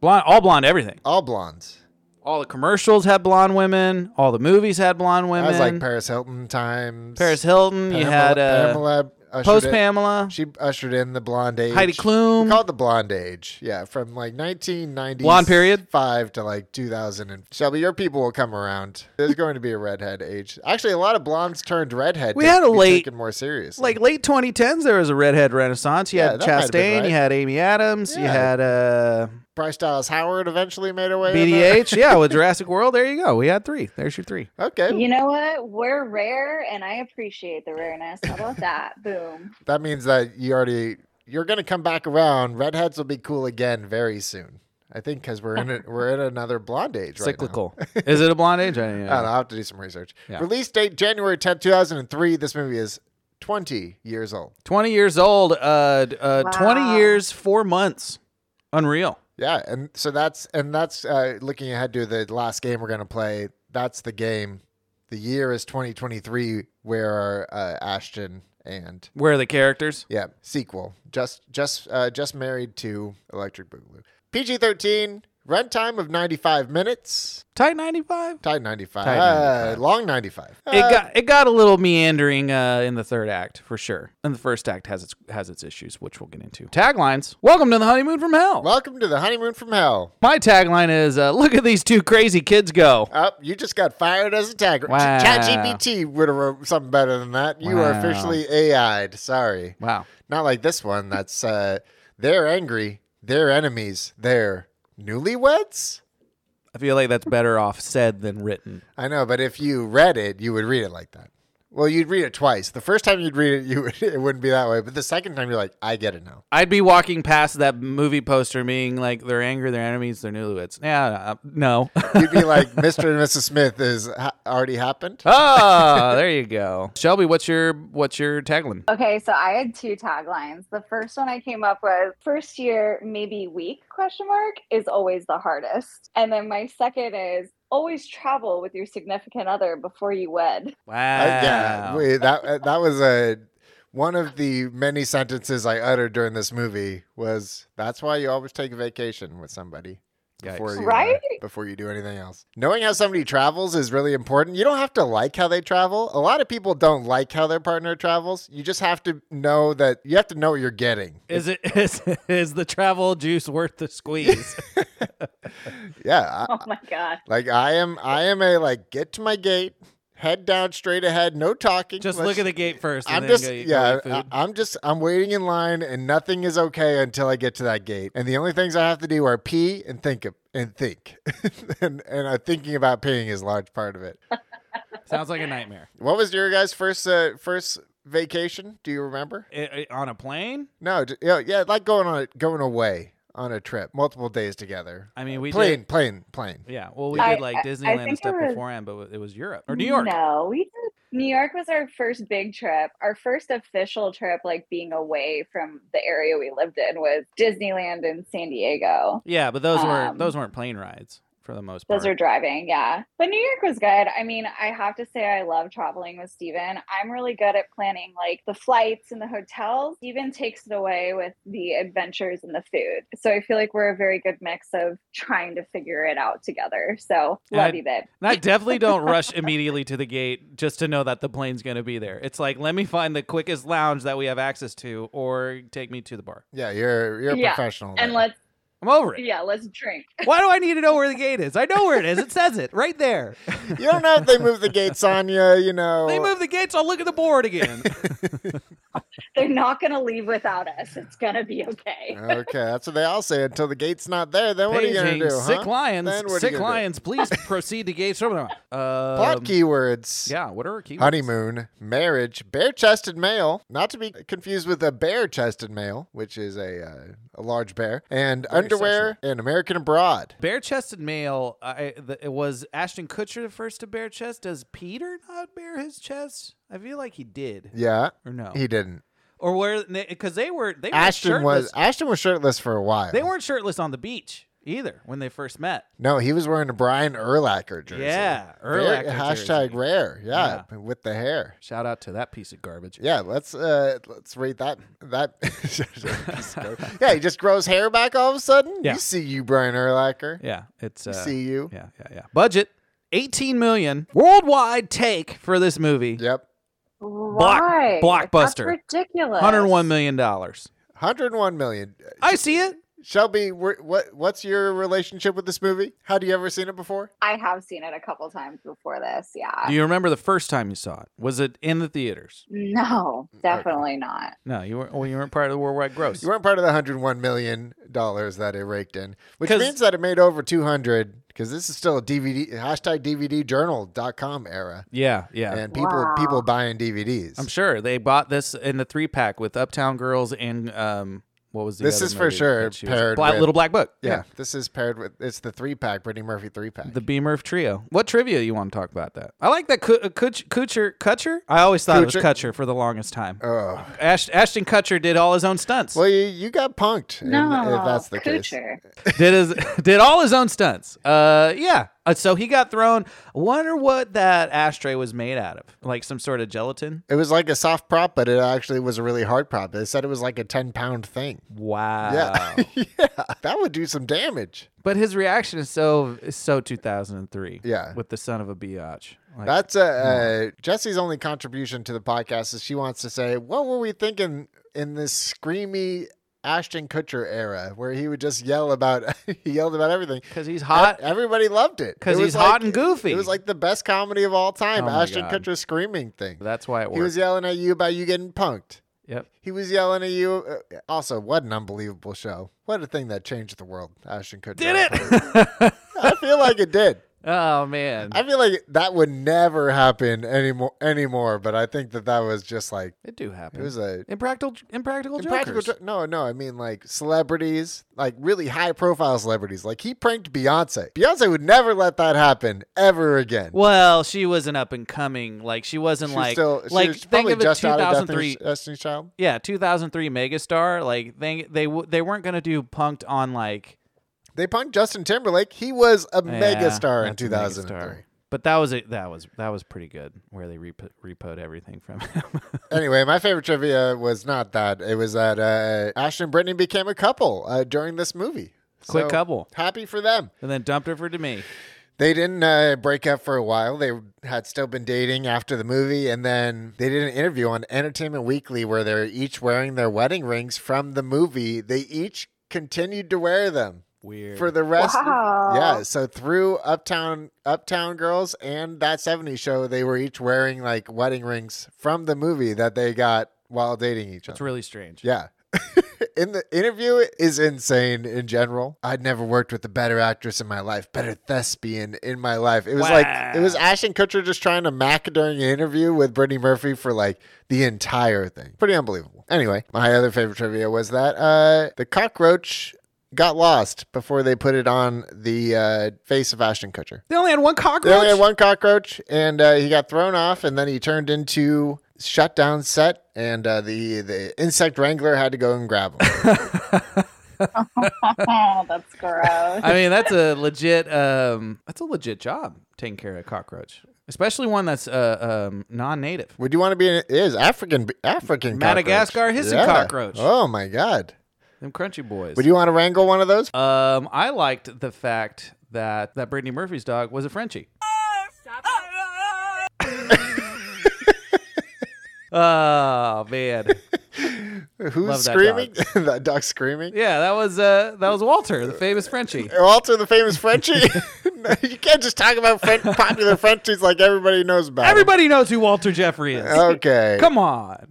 [SPEAKER 2] blonde, all blonde, everything.
[SPEAKER 1] all blondes.
[SPEAKER 2] All the commercials had blonde women. All the movies had blonde
[SPEAKER 1] That
[SPEAKER 2] women.
[SPEAKER 1] was like Paris Hilton times.
[SPEAKER 2] Paris Hilton. you
[SPEAKER 1] Pamela-
[SPEAKER 2] had uh,
[SPEAKER 1] Pamela ushered
[SPEAKER 2] post
[SPEAKER 1] in-
[SPEAKER 2] Pamela.
[SPEAKER 1] She ushered in the blonde age.
[SPEAKER 2] Heidi Klum.
[SPEAKER 1] We called the blonde age. Yeah, from like 1990.
[SPEAKER 2] Blonde period?
[SPEAKER 1] Five to like 2000. And Shelby, your people will come around. There's going to be a redhead age. Actually, a lot of blondes turned redhead.
[SPEAKER 2] We
[SPEAKER 1] to
[SPEAKER 2] had a
[SPEAKER 1] be
[SPEAKER 2] late-
[SPEAKER 1] taken more seriously.
[SPEAKER 2] Like late 2010s, there was a redhead renaissance. You
[SPEAKER 1] Yeah,
[SPEAKER 2] had
[SPEAKER 1] that might have
[SPEAKER 2] Chastain,
[SPEAKER 1] been right.
[SPEAKER 2] you had Amy Adams, you
[SPEAKER 1] Yeah.
[SPEAKER 2] had uh,
[SPEAKER 1] Bryce Dallas Howard eventually made a way. in there. *laughs*
[SPEAKER 2] BDH. yeah, with Jurassic World, there you go. We had three. There's your three.
[SPEAKER 1] Okay,
[SPEAKER 4] You know what? We're rare and I appreciate the rareness. How about that? Boom.
[SPEAKER 1] that means that you already you're going to come back around. Redheads will be cool again very soon. I think because we're
[SPEAKER 2] *laughs*
[SPEAKER 1] in a, we're in another blonde age. right now. *laughs*
[SPEAKER 2] Cyclical. Is it a blonde age? I don't
[SPEAKER 1] I don't know.
[SPEAKER 2] know.
[SPEAKER 1] I'll have to do some research.
[SPEAKER 2] Yeah.
[SPEAKER 1] Release date January 10th, 2003. This movie is 20 years old.
[SPEAKER 2] 20 years old. Uh, d- uh, 20
[SPEAKER 4] Wow.
[SPEAKER 2] years, four months. Unreal.
[SPEAKER 1] Yeah, and so that's and that's uh, looking ahead to the last game we're gonna play. That's the game. The year is 2023, where uh, Ashton and
[SPEAKER 2] Where are the characters?
[SPEAKER 1] yeah sequel just just uh, just married to Electric Boogaloo. PG-13 runtime of 95 minutes.
[SPEAKER 2] Tight 95.
[SPEAKER 1] Tight 95.
[SPEAKER 2] Tight
[SPEAKER 1] Uh, long 95.
[SPEAKER 2] It
[SPEAKER 1] Uh,
[SPEAKER 2] got it got a little meandering uh, in the third act for sure, and the first act has its has its issues, which we'll get into. Taglines: Welcome to the honeymoon from hell.
[SPEAKER 1] Welcome to the honeymoon from hell.
[SPEAKER 2] My tagline is uh, "Look at these two crazy kids go."
[SPEAKER 1] Oh, you just got fired as a tagger. Ch-
[SPEAKER 2] Wow.
[SPEAKER 1] ChatGPT would have wrote something better than that. You are
[SPEAKER 2] Wow.
[SPEAKER 1] officially AI'd. Sorry.
[SPEAKER 2] Wow.
[SPEAKER 1] Not like this one. That's uh, they're angry, they're enemies, they're newlyweds.
[SPEAKER 2] I feel like that's better off said than written.
[SPEAKER 1] I know, but if you read it, you would read it like that. Well, you'd read it twice. The first time you'd read it, you would, *laughs* it wouldn't be that way. But the second time, you're like, I get it now.
[SPEAKER 2] I'd be walking past that movie poster, being like, "They're angry, they're enemies, they're newlyweds." Yeah, uh, no. *laughs*
[SPEAKER 1] You'd be like, Mr. and Mrs. Smith is ha- already happened.
[SPEAKER 2] oh, there you go, Shelby. What's your what's your tagline?
[SPEAKER 4] Okay, so I had two taglines. The first one I came up with, first year maybe week question mark is always the hardest. And then my second is always travel with your significant other before you wed.
[SPEAKER 2] Wow.
[SPEAKER 1] I- yeah, wait, that uh, that was a one of the many sentences I uttered during this movie was that's why you always take a vacation with somebody before
[SPEAKER 2] Yikes.
[SPEAKER 1] you uh,
[SPEAKER 4] Right?
[SPEAKER 1] before you do anything else. Knowing how somebody travels is really important. You don't have to like how they travel. A lot of people don't like how their partner travels. You just have to know that you have to know what you're getting.
[SPEAKER 2] Is it *laughs* is is the travel juice worth the squeeze?
[SPEAKER 1] Yeah, I,
[SPEAKER 4] Oh my god.
[SPEAKER 1] like I am I am a like get to my gate, head down straight ahead, no talking.
[SPEAKER 2] Just
[SPEAKER 1] Let's-
[SPEAKER 2] look at the gate first. And
[SPEAKER 1] I'm
[SPEAKER 2] then
[SPEAKER 1] just
[SPEAKER 2] go, go
[SPEAKER 1] yeah.
[SPEAKER 2] get
[SPEAKER 1] I,
[SPEAKER 2] food.
[SPEAKER 1] I'm just I'm waiting in line, and nothing is okay until I get to that gate. And the only things I have to do are pee and think of, and think, *laughs* and and uh, thinking about peeing is a large part of it.
[SPEAKER 2] Sounds like a nightmare.
[SPEAKER 1] What was your guys' first uh, first vacation? Do you remember?
[SPEAKER 2] I- I- on a plane?
[SPEAKER 1] No, j- yeah, yeah, like going on a, going away on a trip, multiple days together.
[SPEAKER 2] I mean, we
[SPEAKER 1] plane,
[SPEAKER 2] did.
[SPEAKER 1] plane, plane.
[SPEAKER 2] Yeah. Well, we
[SPEAKER 4] I-
[SPEAKER 2] did like
[SPEAKER 4] I- I
[SPEAKER 2] Disneyland and
[SPEAKER 4] think
[SPEAKER 2] stuff
[SPEAKER 4] it was-
[SPEAKER 2] beforehand, but it was Europe or New York.
[SPEAKER 4] No, we did. New York was our first big trip. Our first official trip, like being away from the area we lived in, was Disneyland in San Diego.
[SPEAKER 2] Yeah, but those were
[SPEAKER 4] Um,
[SPEAKER 2] those weren't plane rides for the most part.
[SPEAKER 4] Those are driving, yeah. But New York was good. I mean, I have to say, I love traveling with Steven. I'm really good at planning like the flights and the hotels. Steven takes it away with the adventures and the food. So I feel like we're a very good mix of trying to figure it out together. So
[SPEAKER 2] And I-
[SPEAKER 4] love you, babe. *laughs*
[SPEAKER 2] and I definitely don't rush immediately to the gate just to know that the plane's going to be there. It's like let me find the quickest lounge that we have access to, or take me to the bar.
[SPEAKER 1] Yeah, you're you're a
[SPEAKER 4] Yeah,
[SPEAKER 1] professional.
[SPEAKER 4] And
[SPEAKER 1] there.
[SPEAKER 4] let's,
[SPEAKER 2] I'm over it.
[SPEAKER 4] yeah, let's drink. *laughs*
[SPEAKER 2] Why do I need to know where the gate is? I know where it is. It says it right there.
[SPEAKER 1] you don't know if they move the gates on you. You know,
[SPEAKER 2] They move the gates. I'll look at the board again.
[SPEAKER 4] They're not going to leave without us. It's going to be okay.
[SPEAKER 1] okay, that's what they all say. Until the gate's not there, then what are you gonna
[SPEAKER 2] Paging
[SPEAKER 1] do?
[SPEAKER 2] sick
[SPEAKER 1] huh?
[SPEAKER 2] lions.
[SPEAKER 1] Then what are
[SPEAKER 2] sick
[SPEAKER 1] you gonna do? *laughs*
[SPEAKER 2] lions. Please proceed to gate. Um,
[SPEAKER 1] Plot keywords.
[SPEAKER 2] Yeah. What are our keywords?
[SPEAKER 1] Honeymoon, marriage, bare-chested male, not to be confused with a bare-chested male, which is a uh, a large bear, and underwear and American abroad.
[SPEAKER 2] Bare chested male. I the, it was Ashton Kutcher the first to bare chest. Does Peter not bare his chest? I feel like he did.
[SPEAKER 1] Yeah,
[SPEAKER 2] Or no.
[SPEAKER 1] he didn't.
[SPEAKER 2] Or where? Because they were they were
[SPEAKER 1] Ashton
[SPEAKER 2] shirtless.
[SPEAKER 1] was Ashton was shirtless for a while.
[SPEAKER 2] they weren't shirtless on the beach either when they first met.
[SPEAKER 1] No, he was wearing a Brian Erlacher jersey.
[SPEAKER 2] Yeah,
[SPEAKER 1] Very-
[SPEAKER 2] Urlacher
[SPEAKER 1] Hashtag
[SPEAKER 2] jersey.
[SPEAKER 1] rare. Yeah, with the hair.
[SPEAKER 2] Shout out to that piece of garbage.
[SPEAKER 1] Yeah, let's uh let's rate that that. *laughs*
[SPEAKER 2] *laughs*
[SPEAKER 1] yeah, he just grows hair back all of a sudden.
[SPEAKER 2] Yeah.
[SPEAKER 1] You see you, Brian Erlacher.
[SPEAKER 2] Yeah, it's uh,
[SPEAKER 1] see you.
[SPEAKER 2] Yeah, yeah, yeah. Budget eighteen million worldwide take for this movie.
[SPEAKER 1] Yep.
[SPEAKER 4] Why?
[SPEAKER 2] blockbuster.
[SPEAKER 4] That's ridiculous.
[SPEAKER 2] Hundred one million dollars.
[SPEAKER 1] 101 million.
[SPEAKER 2] I see it.
[SPEAKER 1] Shelby, wh- what what's your relationship with this movie? Had you ever seen it before?
[SPEAKER 4] I have seen it a couple times before this. Yeah.
[SPEAKER 2] Do you remember the first time you saw it? Was it in the theaters?
[SPEAKER 4] No, definitely not.
[SPEAKER 2] No, you weren't. Well, you weren't part of the worldwide gross.
[SPEAKER 1] You weren't part of the 101 million dollars that it raked in, which
[SPEAKER 2] 'Cause-
[SPEAKER 1] means that it made over 200 because this is still a DVD hashtag DVDJournal.com era,
[SPEAKER 2] Yeah, yeah.
[SPEAKER 1] and people
[SPEAKER 4] Wow.
[SPEAKER 1] people buying DVDs.
[SPEAKER 2] I'm sure they bought this in the three pack with Uptown Girls and um, what was the
[SPEAKER 1] This
[SPEAKER 2] other
[SPEAKER 1] is for
[SPEAKER 2] movie
[SPEAKER 1] sure
[SPEAKER 2] that she was in?
[SPEAKER 1] paired
[SPEAKER 2] Black,
[SPEAKER 1] with-
[SPEAKER 2] Little Black Book.
[SPEAKER 1] yeah, this is paired with it's the three pack Brittany Murphy three pack.
[SPEAKER 2] The Beamer of Trio. What trivia you want to talk about that? I like that Ku- uh, Kutch- Kutcher. Kutcher? I always thought it was Kutcher for the longest time.
[SPEAKER 1] oh.
[SPEAKER 2] Ash- Ashton Kutcher did all his own stunts.
[SPEAKER 1] Well, you, you got punked. in-
[SPEAKER 4] No,
[SPEAKER 1] if that's the case.
[SPEAKER 4] Kuchar.
[SPEAKER 2] did his *laughs* did all his own stunts. Uh, yeah. Uh, so he got thrown. Wonder what that ashtray was made out of? Like some sort of gelatin?
[SPEAKER 1] It was like a soft prop, but it actually was a really hard prop. They said it was like a 10 pound thing. *laughs*
[SPEAKER 2] Wow.
[SPEAKER 1] Yeah.
[SPEAKER 2] *laughs*
[SPEAKER 1] yeah. That would do some damage.
[SPEAKER 2] But his reaction is so is so 2003.
[SPEAKER 1] Yeah.
[SPEAKER 2] With the son of a biatch. Like,
[SPEAKER 1] That's uh, uh, Jesse's only contribution to the podcast is she wants to say, what were we thinking in this screamy Ashton Kutcher era where he would just yell about *laughs* he yelled about everything.
[SPEAKER 2] because he's hot.
[SPEAKER 1] E- Everybody loved it
[SPEAKER 2] 'Cause
[SPEAKER 1] It was
[SPEAKER 2] he's hot and goofy.
[SPEAKER 1] It was like the best comedy of all time.
[SPEAKER 2] Oh my
[SPEAKER 1] Ashton
[SPEAKER 2] God.
[SPEAKER 1] Kutcher's screaming thing.
[SPEAKER 2] That's why it
[SPEAKER 1] He was
[SPEAKER 2] works.
[SPEAKER 1] yelling at you about you getting punked.
[SPEAKER 2] Yep.
[SPEAKER 1] He was yelling at you. Uh, also, what an unbelievable show! What a thing that changed the world. Ashton Kutcher.
[SPEAKER 2] Did it?
[SPEAKER 1] I feel like it did.
[SPEAKER 2] *laughs* oh man.
[SPEAKER 1] I feel like that would never happen anymore. Anymore, but I think that that was just like
[SPEAKER 2] it do happen.
[SPEAKER 1] it was a
[SPEAKER 2] impractical impractical,
[SPEAKER 1] impractical.
[SPEAKER 2] jokers.
[SPEAKER 1] jo- no, no, I mean like celebrities, like really high-profile celebrities. Like he pranked Beyonce. Beyonce would never let that happen ever again.
[SPEAKER 2] well, she was an up and coming. Like she wasn't
[SPEAKER 1] She was
[SPEAKER 2] like
[SPEAKER 1] still, she
[SPEAKER 2] like
[SPEAKER 1] was
[SPEAKER 2] think
[SPEAKER 1] probably
[SPEAKER 2] of a
[SPEAKER 1] just out of
[SPEAKER 2] 2003
[SPEAKER 1] Destiny's, Destiny's Child.
[SPEAKER 2] yeah, 2003 megastar. Like they they w- they weren't gonna do punked on like
[SPEAKER 1] They punked Justin Timberlake. He was a
[SPEAKER 2] Yeah,
[SPEAKER 1] megastar in
[SPEAKER 2] that's a megastar.
[SPEAKER 1] 2003.
[SPEAKER 2] But that was it. That was that was pretty good. Where they repo, repoed everything from *laughs* him.
[SPEAKER 1] Anyway, my favorite trivia was not that. It was that uh, Ashton and Brittany became a couple uh, during this movie.
[SPEAKER 2] Quick couple.
[SPEAKER 1] Happy for them.
[SPEAKER 2] and then dumped over to me.
[SPEAKER 1] They didn't uh, break up for a while. They had still been dating after the movie, and then they did an interview on Entertainment Weekly where they're each wearing their wedding rings from the movie. They each continued to wear them
[SPEAKER 2] Weird.
[SPEAKER 1] for the rest.
[SPEAKER 4] Wow.
[SPEAKER 1] Yeah, so through Uptown Uptown Girls and that '70s show, they were each wearing like wedding rings from the movie that they got while dating each
[SPEAKER 2] That's
[SPEAKER 1] other.
[SPEAKER 2] really strange.
[SPEAKER 1] Yeah. *laughs* in the interview is insane in general. I'd never worked with a better actress in my life, better thespian in my life. It was like it was Ashton Kutcher just trying to mac during an interview with Brittany Murphy for like the entire thing. Pretty unbelievable. Anyway, my other favorite trivia was that uh, the cockroach got lost before they put it on the uh, face of Ashton Kutcher.
[SPEAKER 2] They only had one cockroach.
[SPEAKER 1] They only had one cockroach, and uh, he got thrown off, and then he turned into shutdown set, and uh, the the insect wrangler had to go and grab
[SPEAKER 2] *laughs*
[SPEAKER 1] him.
[SPEAKER 4] Oh, that's gross.
[SPEAKER 2] *laughs* *laughs* I mean, that's a legit. Um, that's a legit job taking care of a cockroach, especially one that's uh, um, non-native.
[SPEAKER 1] Would you want to be? An, it is African African cockroach.
[SPEAKER 2] Madagascar hissing cockroach.
[SPEAKER 1] Oh my god!
[SPEAKER 2] Them crunchy boys.
[SPEAKER 1] Would you want to wrangle one of those?
[SPEAKER 2] um, I liked the fact that that Brittany Murphy's dog was a Frenchie. oh man,
[SPEAKER 1] Who's
[SPEAKER 2] Uh, love that
[SPEAKER 1] screaming? *laughs* That dog, screaming.
[SPEAKER 2] yeah, that was uh, that was Walter, the famous
[SPEAKER 1] *laughs*
[SPEAKER 2] Frenchie.
[SPEAKER 1] Walter, the famous
[SPEAKER 2] *laughs*
[SPEAKER 1] Frenchie. *laughs* No, you can't just talk about Fren- popular Frenchies like everybody knows about. 'em.
[SPEAKER 2] Everybody knows who Walter Jeffrey is.
[SPEAKER 1] Okay.
[SPEAKER 2] Come
[SPEAKER 4] *laughs*
[SPEAKER 2] on.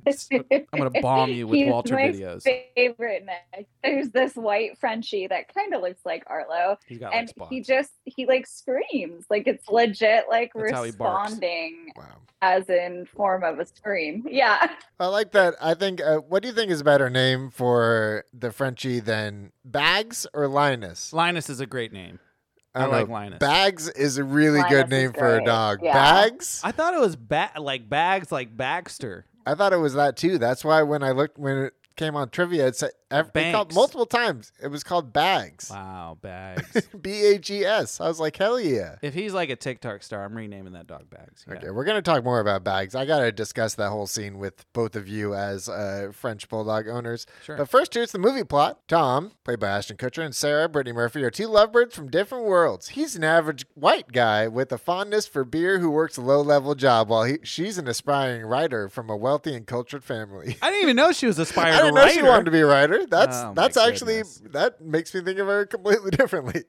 [SPEAKER 4] I'm
[SPEAKER 2] gonna bomb you with Walter videos.
[SPEAKER 4] Favorite Nick. There's this white Frenchie that kind of looks like Arlo,
[SPEAKER 2] He's got
[SPEAKER 4] and
[SPEAKER 2] like spots.
[SPEAKER 4] he just he like screams like it's legit like
[SPEAKER 2] That's how he barks.
[SPEAKER 4] responding
[SPEAKER 1] Wow.
[SPEAKER 4] as in form of a scream. Yeah,
[SPEAKER 1] I like that. I think. Uh, what do you think is a better name for the Frenchie than Bags or Linus?
[SPEAKER 2] Linus is a great name. I
[SPEAKER 1] don't
[SPEAKER 2] like Linus.
[SPEAKER 1] Bags is a really
[SPEAKER 4] Linus
[SPEAKER 1] good
[SPEAKER 4] is
[SPEAKER 1] name for a
[SPEAKER 4] great.
[SPEAKER 1] dog.
[SPEAKER 4] Yeah.
[SPEAKER 1] Bags.
[SPEAKER 2] I thought it was ba- like bags, like Baxter.
[SPEAKER 1] I thought it was that too. That's why when I looked when it came on trivia, it said ev- it called
[SPEAKER 2] Banks.
[SPEAKER 1] multiple times. It was called Bags.
[SPEAKER 2] Wow,
[SPEAKER 1] *laughs*
[SPEAKER 2] bags.
[SPEAKER 1] B A G S. I was like, hell yeah.
[SPEAKER 2] if he's like a TikTok star, I'm renaming that dog bags. Yeah.
[SPEAKER 1] Okay, we're gonna talk more about bags. I gotta discuss that whole scene with both of you as uh, French bulldog owners.
[SPEAKER 2] Sure.
[SPEAKER 1] But first, here's the movie plot. Tom, played by Ashton Kutcher, and Sarah Brittany Murphy are two lovebirds from different worlds. He's an average white guy with a fondness for beer who works a low-level job, while he, she's an aspiring writer from a wealthy and cultured family.
[SPEAKER 2] I didn't even know she was aspired
[SPEAKER 1] *laughs* I didn't know she wanted to be a writer. That's
[SPEAKER 2] Oh, my
[SPEAKER 1] that's actually
[SPEAKER 2] goodness.
[SPEAKER 1] that makes me think of her completely *laughs* differently.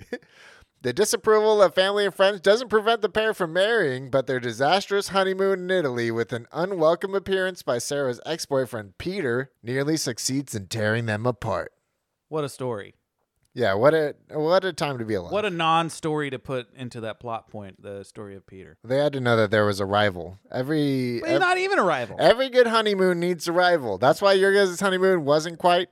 [SPEAKER 1] the disapproval of family and friends doesn't prevent the pair from marrying, but their disastrous honeymoon in Italy with an unwelcome appearance by Sarah's ex-boyfriend Peter nearly succeeds in tearing them apart.
[SPEAKER 2] What a story.
[SPEAKER 1] Yeah, what a what a time to be alive.
[SPEAKER 2] What a non story to put into that plot point, the story of Peter.
[SPEAKER 1] they had to know that there was a rival. Every
[SPEAKER 2] But he's
[SPEAKER 1] ev-
[SPEAKER 2] not even a rival.
[SPEAKER 1] every good honeymoon needs a rival. That's why your guys' honeymoon wasn't quite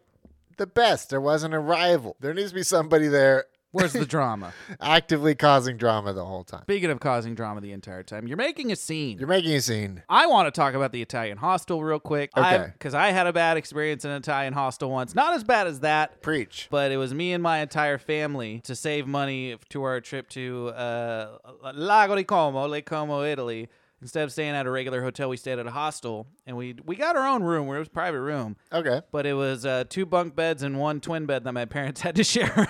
[SPEAKER 1] the best. There wasn't a rival. There needs to be somebody there *laughs*
[SPEAKER 2] Where's the drama?
[SPEAKER 1] actively causing drama the whole time.
[SPEAKER 2] Speaking of causing drama the entire time, you're making a scene.
[SPEAKER 1] You're making a scene.
[SPEAKER 2] I want to talk about the Italian hostel real quick.
[SPEAKER 1] Okay.
[SPEAKER 2] Because I, had a bad experience in an Italian hostel once. Not as bad as that.
[SPEAKER 1] Preach.
[SPEAKER 2] but it was me and my entire family to save money to our trip to uh, Lago di Como, Lake Como, Italy. Instead of staying at a regular hotel, we stayed at a hostel, and we we got our own room. Where it was a private room,
[SPEAKER 1] Okay.
[SPEAKER 2] but it was uh, two bunk beds and one twin bed that my parents *laughs* had to share.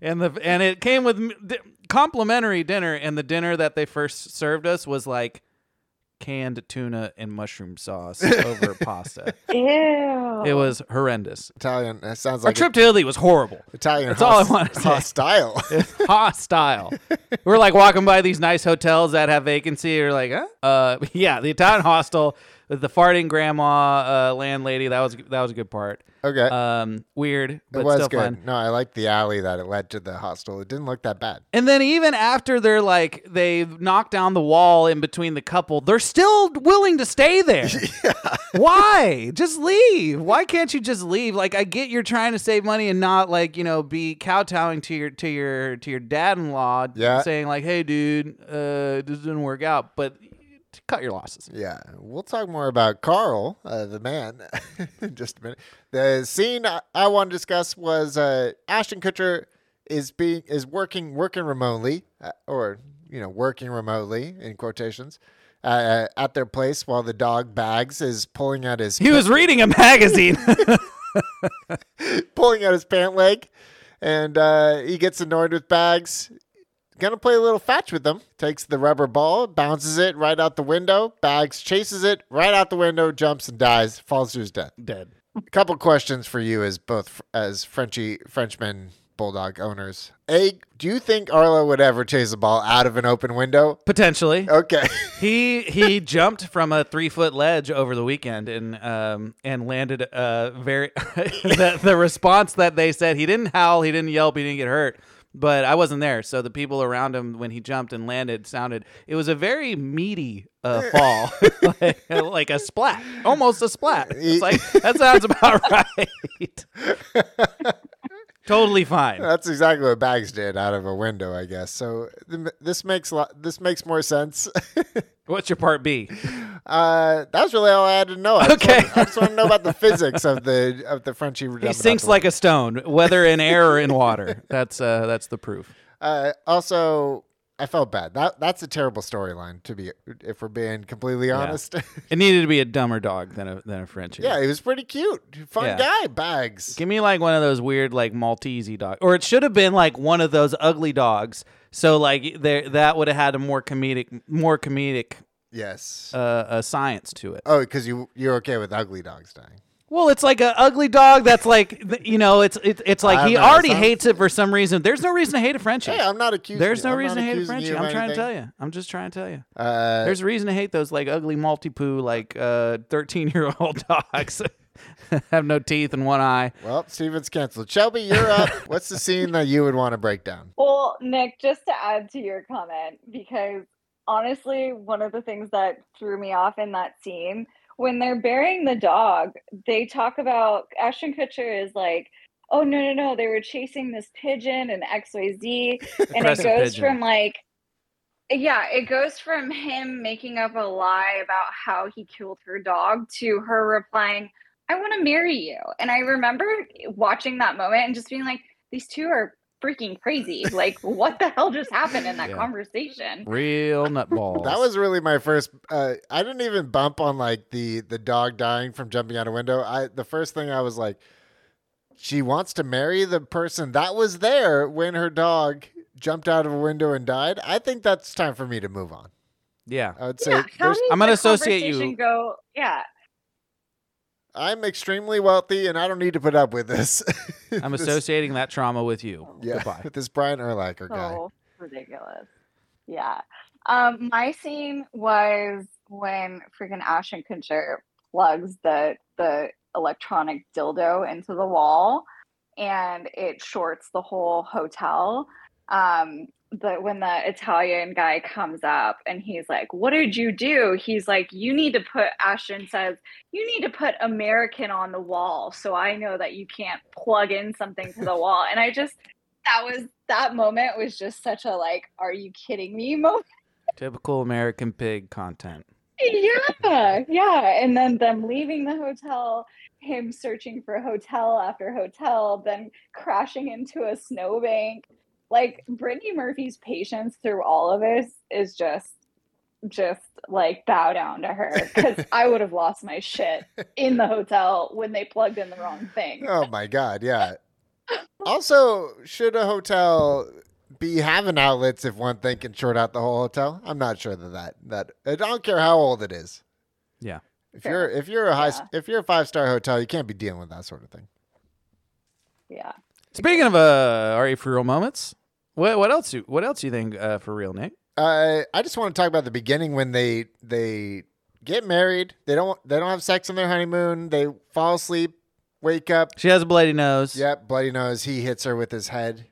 [SPEAKER 2] and the and it came with m- di- complimentary dinner, and the dinner that they first served us was like canned tuna and mushroom sauce *laughs* over pasta.
[SPEAKER 4] ew.
[SPEAKER 2] It was horrendous.
[SPEAKER 1] Italian. That sounds
[SPEAKER 2] Our
[SPEAKER 1] like
[SPEAKER 2] trip to Italy was horrible.
[SPEAKER 1] a- Italian.
[SPEAKER 2] That's all I
[SPEAKER 1] host-
[SPEAKER 2] wanna say. *laughs*
[SPEAKER 1] Hostile.
[SPEAKER 2] Hostile. We're like walking by these nice hotels that have vacancy. You're like, huh? Uh, *laughs* yeah, the Italian hostel with the farting grandma uh, landlady. That was that was a good part.
[SPEAKER 1] okay.
[SPEAKER 2] Um, weird, but
[SPEAKER 1] it was
[SPEAKER 2] still
[SPEAKER 1] good.
[SPEAKER 2] fun.
[SPEAKER 1] No, I like the alley that it led to the hostel. It didn't look that bad.
[SPEAKER 2] And then even after they're like they knock down the wall in between the couple, they're still willing to stay there. Why? Just leave. Why can't you just leave? Like I get you're trying to save money and not like, you know, be kowtowing to your to your to your dad-in-law
[SPEAKER 1] Yeah.
[SPEAKER 2] saying like, "Hey dude, uh this didn't work out." But t- cut your losses.
[SPEAKER 1] Yeah, we'll talk more about Carl, uh, the man, *laughs* in just a minute. The scene I, I want to discuss was uh, Ashton Kutcher is being is working working remotely, uh, or you know, working remotely in quotations, uh, at their place while the dog Bags is pulling out his
[SPEAKER 2] He was reading a magazine. *laughs*
[SPEAKER 1] pulling out his pant leg, and uh, he gets annoyed with Bags. Gonna play a little fetch with him. Takes the rubber ball, bounces it right out the window. Bags chases it right out the window, jumps and dies, falls to his death.
[SPEAKER 2] Dead.
[SPEAKER 1] A couple questions for you as both as Frenchy Frenchman bulldog owners. A, do you think Arlo would ever chase a ball out of an open window?
[SPEAKER 2] Potentially.
[SPEAKER 1] Okay, *laughs*
[SPEAKER 2] He he jumped from a three foot ledge over the weekend and um and landed uh very *laughs* the, the response that they said he didn't howl he didn't yelp he didn't get hurt but I wasn't there so the people around him when he jumped and landed sounded it was a very meaty uh, fall like, like a splat almost a splat it's like that sounds about *laughs* right totally fine
[SPEAKER 1] that's exactly what Bags did out of a window, I guess. So th- this makes lo- this makes more sense. *laughs*
[SPEAKER 2] what's your part B
[SPEAKER 1] Uh, that's really all I had to know. I just
[SPEAKER 2] Okay.
[SPEAKER 1] wanted- I just want to know
[SPEAKER 2] *laughs*
[SPEAKER 1] about the physics of the of the Frenchie.
[SPEAKER 2] he sinks like a stone whether in air or in water that's uh that's the proof.
[SPEAKER 1] Uh, also, I felt bad. That that's a terrible storyline to be. If we're being completely honest, *laughs*
[SPEAKER 2] It needed to be a dumber dog than a than a Frenchie.
[SPEAKER 1] yeah, he was pretty cute, fun
[SPEAKER 2] Yeah.
[SPEAKER 1] guy. Bags.
[SPEAKER 2] Give me like one of those weird like Maltese dog, or it should have been like one of those ugly dogs. So like there, that would have had a more comedic, more comedic
[SPEAKER 1] yes.
[SPEAKER 2] uh, uh, science to it.
[SPEAKER 1] oh, because you you're okay with ugly dogs dying.
[SPEAKER 2] Well, it's like an ugly dog that's like th- you know, it's it's it's
[SPEAKER 1] I
[SPEAKER 2] like
[SPEAKER 1] don't
[SPEAKER 2] he
[SPEAKER 1] know,
[SPEAKER 2] already
[SPEAKER 1] sounds-
[SPEAKER 2] hates it for some reason. There's no reason to hate a Frenchie.
[SPEAKER 1] Hey, I'm not accusing.
[SPEAKER 2] There's
[SPEAKER 1] you-
[SPEAKER 2] no
[SPEAKER 1] I'm not
[SPEAKER 2] reason to hate a
[SPEAKER 1] accusing
[SPEAKER 2] Frenchie.
[SPEAKER 1] you of
[SPEAKER 2] I'm trying to
[SPEAKER 1] anything.
[SPEAKER 2] tell you. I'm just trying to tell you.
[SPEAKER 1] Uh,
[SPEAKER 2] There's a reason to hate those like ugly multi poo like uh, 13 year old *laughs* dogs. Have no teeth and one eye.
[SPEAKER 1] well, Steven's canceled. Shelby, you're
[SPEAKER 2] *laughs*
[SPEAKER 1] up. What's the scene that you would want to break down?
[SPEAKER 4] Well, Nick, just to add to your comment, because honestly, one of the things that threw me off in that scene, when they're burying the dog, they talk about Ashton Kutcher is like, oh, no, no, no, they were chasing this pigeon
[SPEAKER 2] *laughs*
[SPEAKER 4] and XYZ. And it
[SPEAKER 2] Aggressive
[SPEAKER 4] goes
[SPEAKER 2] pigeon.
[SPEAKER 4] from like, yeah, it goes from him making up a lie about how he killed her dog to her replying, I want to marry you. And I remember watching that moment and just being like, these two are
[SPEAKER 2] *laughs*
[SPEAKER 4] freaking crazy. Like, what the hell just happened in that
[SPEAKER 2] Yeah.
[SPEAKER 4] conversation?
[SPEAKER 2] Real
[SPEAKER 1] *laughs*
[SPEAKER 2] nutballs.
[SPEAKER 1] That was really my first. Uh, I didn't even bump on like the the dog dying from jumping out a window. I the first thing I was like, she wants to marry the person that was there when her dog jumped out of a window and died. I think that's time for me to move on. *laughs*
[SPEAKER 2] yeah.
[SPEAKER 1] I would say
[SPEAKER 4] Yeah, how
[SPEAKER 1] there's-
[SPEAKER 4] does
[SPEAKER 2] I'm gonna
[SPEAKER 4] the
[SPEAKER 2] associate you-
[SPEAKER 4] conversation Go, yeah,
[SPEAKER 1] I'm extremely wealthy and I don't need to put up with this. *laughs*
[SPEAKER 2] I'm
[SPEAKER 1] This-
[SPEAKER 2] associating that trauma with you.
[SPEAKER 1] Yeah, *laughs*
[SPEAKER 2] Goodbye.
[SPEAKER 1] with this Brian Erlacher guy.
[SPEAKER 4] so ridiculous. Yeah, um, my scene was when freaking Ashton Kutcher plugs the the electronic dildo into the wall, and it shorts the whole hotel. Um, but when the Italian guy comes up and he's like, "What did you do?" He's like, "You need to put." Ashton says, "You need to put American on the wall, so I know that you can't plug in something to the wall." And I just that was that moment was just such a like, "Are you kidding me?" *laughs* moment.
[SPEAKER 2] Typical American pig content.
[SPEAKER 4] Yeah, yeah. And then them leaving the hotel, him searching for hotel after hotel, then crashing into a snowbank. Like Brittany Murphy's patience through all of this is just, just like bow down to her because I would have lost my shit in the hotel when they plugged in the wrong thing.
[SPEAKER 1] Oh my god, yeah. Also, should a hotel be having outlets if one thing can short out the whole hotel? I'm not sure that that, that I don't care how old it is.
[SPEAKER 2] Yeah.
[SPEAKER 1] If
[SPEAKER 4] Fair.
[SPEAKER 1] you're if you're a high s if you're a five star hotel, you can't be dealing with that sort of thing.
[SPEAKER 4] Yeah.
[SPEAKER 2] Speaking of uh, are you for real moments? What what else? You, what else you think uh, for real, Nick?
[SPEAKER 1] Uh, I just want to talk about the beginning when they they get married. They don't they don't have sex on their honeymoon. They fall asleep, wake up,
[SPEAKER 2] She has a bloody nose.
[SPEAKER 1] Yep, bloody nose. He hits her with his head,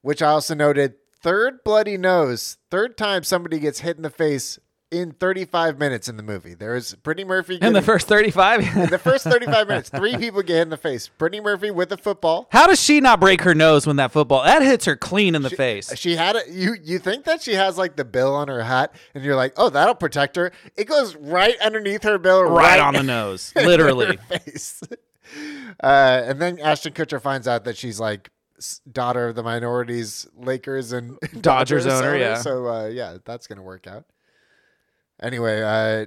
[SPEAKER 1] which I also noted. Third bloody nose. Third time somebody gets hit in the face in 35 minutes in the movie. There is Brittany Murphy
[SPEAKER 2] in the
[SPEAKER 1] getting-
[SPEAKER 2] first
[SPEAKER 1] in the
[SPEAKER 2] 35
[SPEAKER 1] first 35 minutes, three people get hit in the face. Brittany Murphy with a football.
[SPEAKER 2] *laughs* how does she not break her nose when that football that hits her clean in the
[SPEAKER 1] *laughs*
[SPEAKER 2] face
[SPEAKER 1] She had it. You you think that she has like the bill on her hat, and you're like, oh, that'll protect her. It goes right underneath her bill,
[SPEAKER 2] right on
[SPEAKER 1] *laughs*
[SPEAKER 2] the nose literally
[SPEAKER 1] her face. Uh, and then Ashton Kutcher finds out that she's like s- daughter of the minorities, Lakers and *laughs*
[SPEAKER 2] Dodgers owner, yeah.
[SPEAKER 1] So uh, yeah, that's gonna work out. Anyway, uh,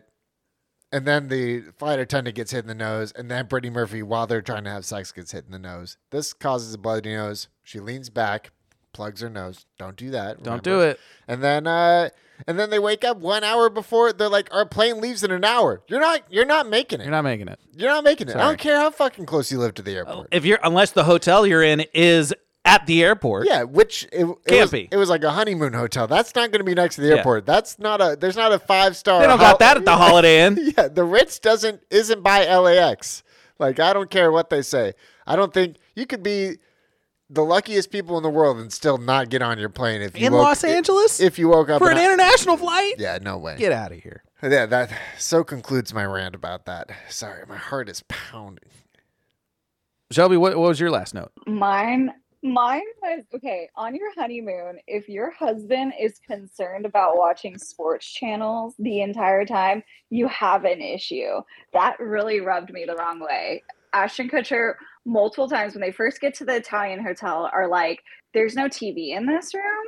[SPEAKER 1] and then the flight attendant gets hit in the nose, and then Brittany Murphy, while they're trying to have sex, gets hit in the nose. This causes a bloody nose. She leans back, plugs her nose. Don't do that.
[SPEAKER 2] don't
[SPEAKER 1] remember.
[SPEAKER 2] do it
[SPEAKER 1] And then uh and then they wake up one hour before they're like, our plane leaves in an hour. You're not you're not making it.
[SPEAKER 2] you're not making it
[SPEAKER 1] You're not making it. I
[SPEAKER 2] Sorry.
[SPEAKER 1] don't care how fucking close you live to the airport.
[SPEAKER 2] if you're unless the hotel you're in is at the airport
[SPEAKER 1] yeah, which it, it
[SPEAKER 2] Can't
[SPEAKER 1] was,
[SPEAKER 2] be.
[SPEAKER 1] It was like a honeymoon hotel. That's not going to be next to the
[SPEAKER 2] Yeah.
[SPEAKER 1] airport. That's not a. There's not a five star.
[SPEAKER 2] they don't got that at the holiday inn
[SPEAKER 1] *laughs* yeah, the Ritz doesn't isn't by LAX. Like I don't care what they say. I don't think you could be the luckiest people in the world and still not get on your plane if you
[SPEAKER 2] in
[SPEAKER 1] woke,
[SPEAKER 2] los angeles
[SPEAKER 1] If you woke up
[SPEAKER 2] for
[SPEAKER 1] and
[SPEAKER 2] an
[SPEAKER 1] I-
[SPEAKER 2] international flight
[SPEAKER 1] yeah, no way.
[SPEAKER 2] get out of here
[SPEAKER 1] Yeah, that so concludes my rant about that. Sorry, my heart is pounding. *laughs*
[SPEAKER 2] shelby what, what was your last note
[SPEAKER 4] Mine, mine was okay. On your honeymoon, if your husband is concerned about watching sports channels the entire time, you have an issue. That really rubbed me the wrong way. Ashton Kutcher, multiple times when they first get to the Italian hotel, are like, "There's no TV in this room."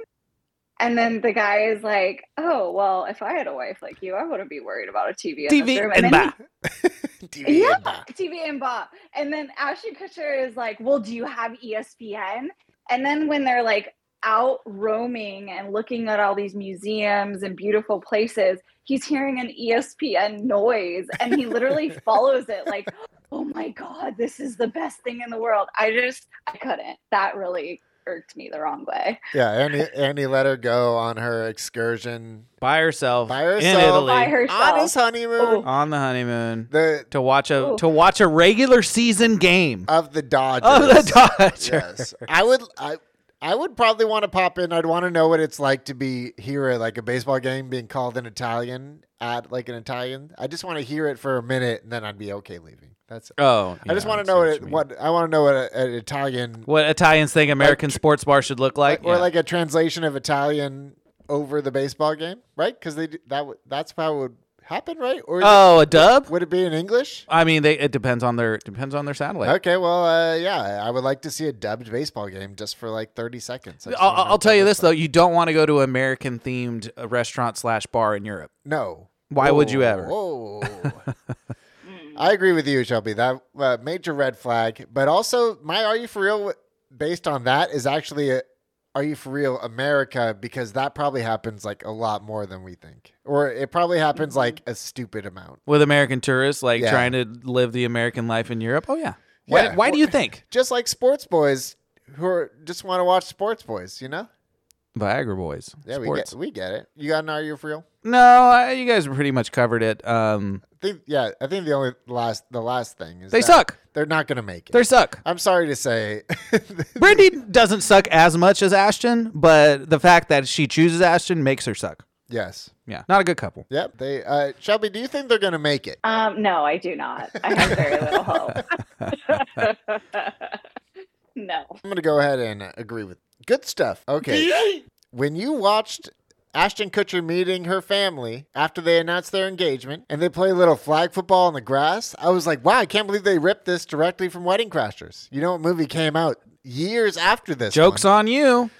[SPEAKER 4] And then the guy is like, "Oh, well, if I had a wife like you, I wouldn't be worried about a TV in this
[SPEAKER 2] tv
[SPEAKER 4] room."
[SPEAKER 2] and,
[SPEAKER 4] then he
[SPEAKER 2] back
[SPEAKER 1] TV
[SPEAKER 4] yeah,
[SPEAKER 1] and back.
[SPEAKER 4] TV and Bob. And then Ashton Kutcher is like, "Well, do you have E ESPN?" And then when they're like out roaming and looking at all these museums and beautiful places, he's hearing an E ESPN noise, and he literally follows it like, "Oh my god, this is the best thing in the world." I just, I couldn't. That really irked me the wrong way.
[SPEAKER 1] Yeah, Annie, Annie let her go on her excursion
[SPEAKER 2] by herself
[SPEAKER 1] By
[SPEAKER 2] in
[SPEAKER 1] herself.
[SPEAKER 2] italy
[SPEAKER 4] By
[SPEAKER 1] on his
[SPEAKER 4] herself.
[SPEAKER 1] honeymoon.
[SPEAKER 4] Oh.
[SPEAKER 2] on the honeymoon
[SPEAKER 1] The
[SPEAKER 2] to watch a
[SPEAKER 4] Oh.
[SPEAKER 2] to watch a regular season game
[SPEAKER 1] of the Dodgers.
[SPEAKER 2] of the Dodgers.
[SPEAKER 1] Yes, I would. I I would probably want to pop in. I'd want to know what it's like to be here at like a baseball game being called in Italian at like an Italian. I just want to hear it for a minute and then I'd be okay leaving. That's.
[SPEAKER 2] Oh,
[SPEAKER 1] I just
[SPEAKER 2] yeah,
[SPEAKER 1] want to
[SPEAKER 2] see
[SPEAKER 1] know what,
[SPEAKER 2] you
[SPEAKER 1] it,
[SPEAKER 2] mean.
[SPEAKER 1] what I want to know what a- an Italian
[SPEAKER 2] what Italians think American
[SPEAKER 1] Like,
[SPEAKER 2] sports bar should look like.
[SPEAKER 1] or
[SPEAKER 2] Yeah.
[SPEAKER 1] like a translation of Italian over the baseball game, right? Because they do- that would that's how it would happen, right? Or is it-
[SPEAKER 2] oh, a dub.
[SPEAKER 1] would it be in English?
[SPEAKER 2] I mean, they, it depends on their depends on their satellite.
[SPEAKER 1] Okay, well, uh, yeah, I would like to see a dubbed baseball game just for like thirty seconds. I just
[SPEAKER 2] I'll,
[SPEAKER 1] wanna know
[SPEAKER 2] I'll
[SPEAKER 1] what
[SPEAKER 2] tell
[SPEAKER 1] that
[SPEAKER 2] you
[SPEAKER 1] looks
[SPEAKER 2] this though:
[SPEAKER 1] like.
[SPEAKER 2] you don't want to go to American themed restaurant slash bar in Europe.
[SPEAKER 1] no.
[SPEAKER 2] Why would you
[SPEAKER 1] Whoa,
[SPEAKER 2] ever?
[SPEAKER 1] Whoa. I agree with you, Shelby. That uh, major red flag, but also my "Are You for Real?" based on that is actually a "Are You for Real?" America because that probably happens like a lot more than we think, or it probably happens like a stupid amount.
[SPEAKER 2] With American tourists like
[SPEAKER 1] Yeah.
[SPEAKER 2] trying to live the American life in Europe. Oh yeah. Why,
[SPEAKER 1] Yeah.
[SPEAKER 2] why do you think
[SPEAKER 1] Just like sports boys who are, just want to watch sports boys, you know?
[SPEAKER 2] Viagra boys?
[SPEAKER 1] Yeah,
[SPEAKER 2] sports.
[SPEAKER 1] we get we get it. You got an "Are You for Real?"
[SPEAKER 2] No, I, you guys pretty much covered it. Um,
[SPEAKER 1] I think yeah, I think the only last the last thing is
[SPEAKER 2] they
[SPEAKER 1] that
[SPEAKER 2] suck.
[SPEAKER 1] They're not gonna make it.
[SPEAKER 2] They suck.
[SPEAKER 1] I'm sorry to say. *laughs*
[SPEAKER 2] Brittany doesn't suck as much as Ashton, but the fact that she chooses Ashton makes her suck.
[SPEAKER 1] yes.
[SPEAKER 2] Yeah, not a good couple.
[SPEAKER 1] Yep. They uh, Shelby. Do you think they're gonna make it?
[SPEAKER 4] Um, no, I do not. I have very little hope. *laughs* no.
[SPEAKER 1] I'm gonna go ahead and agree with. Good stuff. Okay. when you watched Ashton Kutcher meeting her family after they announced their engagement and they play a little flag football on the grass, I was like, wow, I can't believe they ripped this directly from Wedding Crashers. You know what movie came out years after this?
[SPEAKER 2] Jokes on you.
[SPEAKER 1] on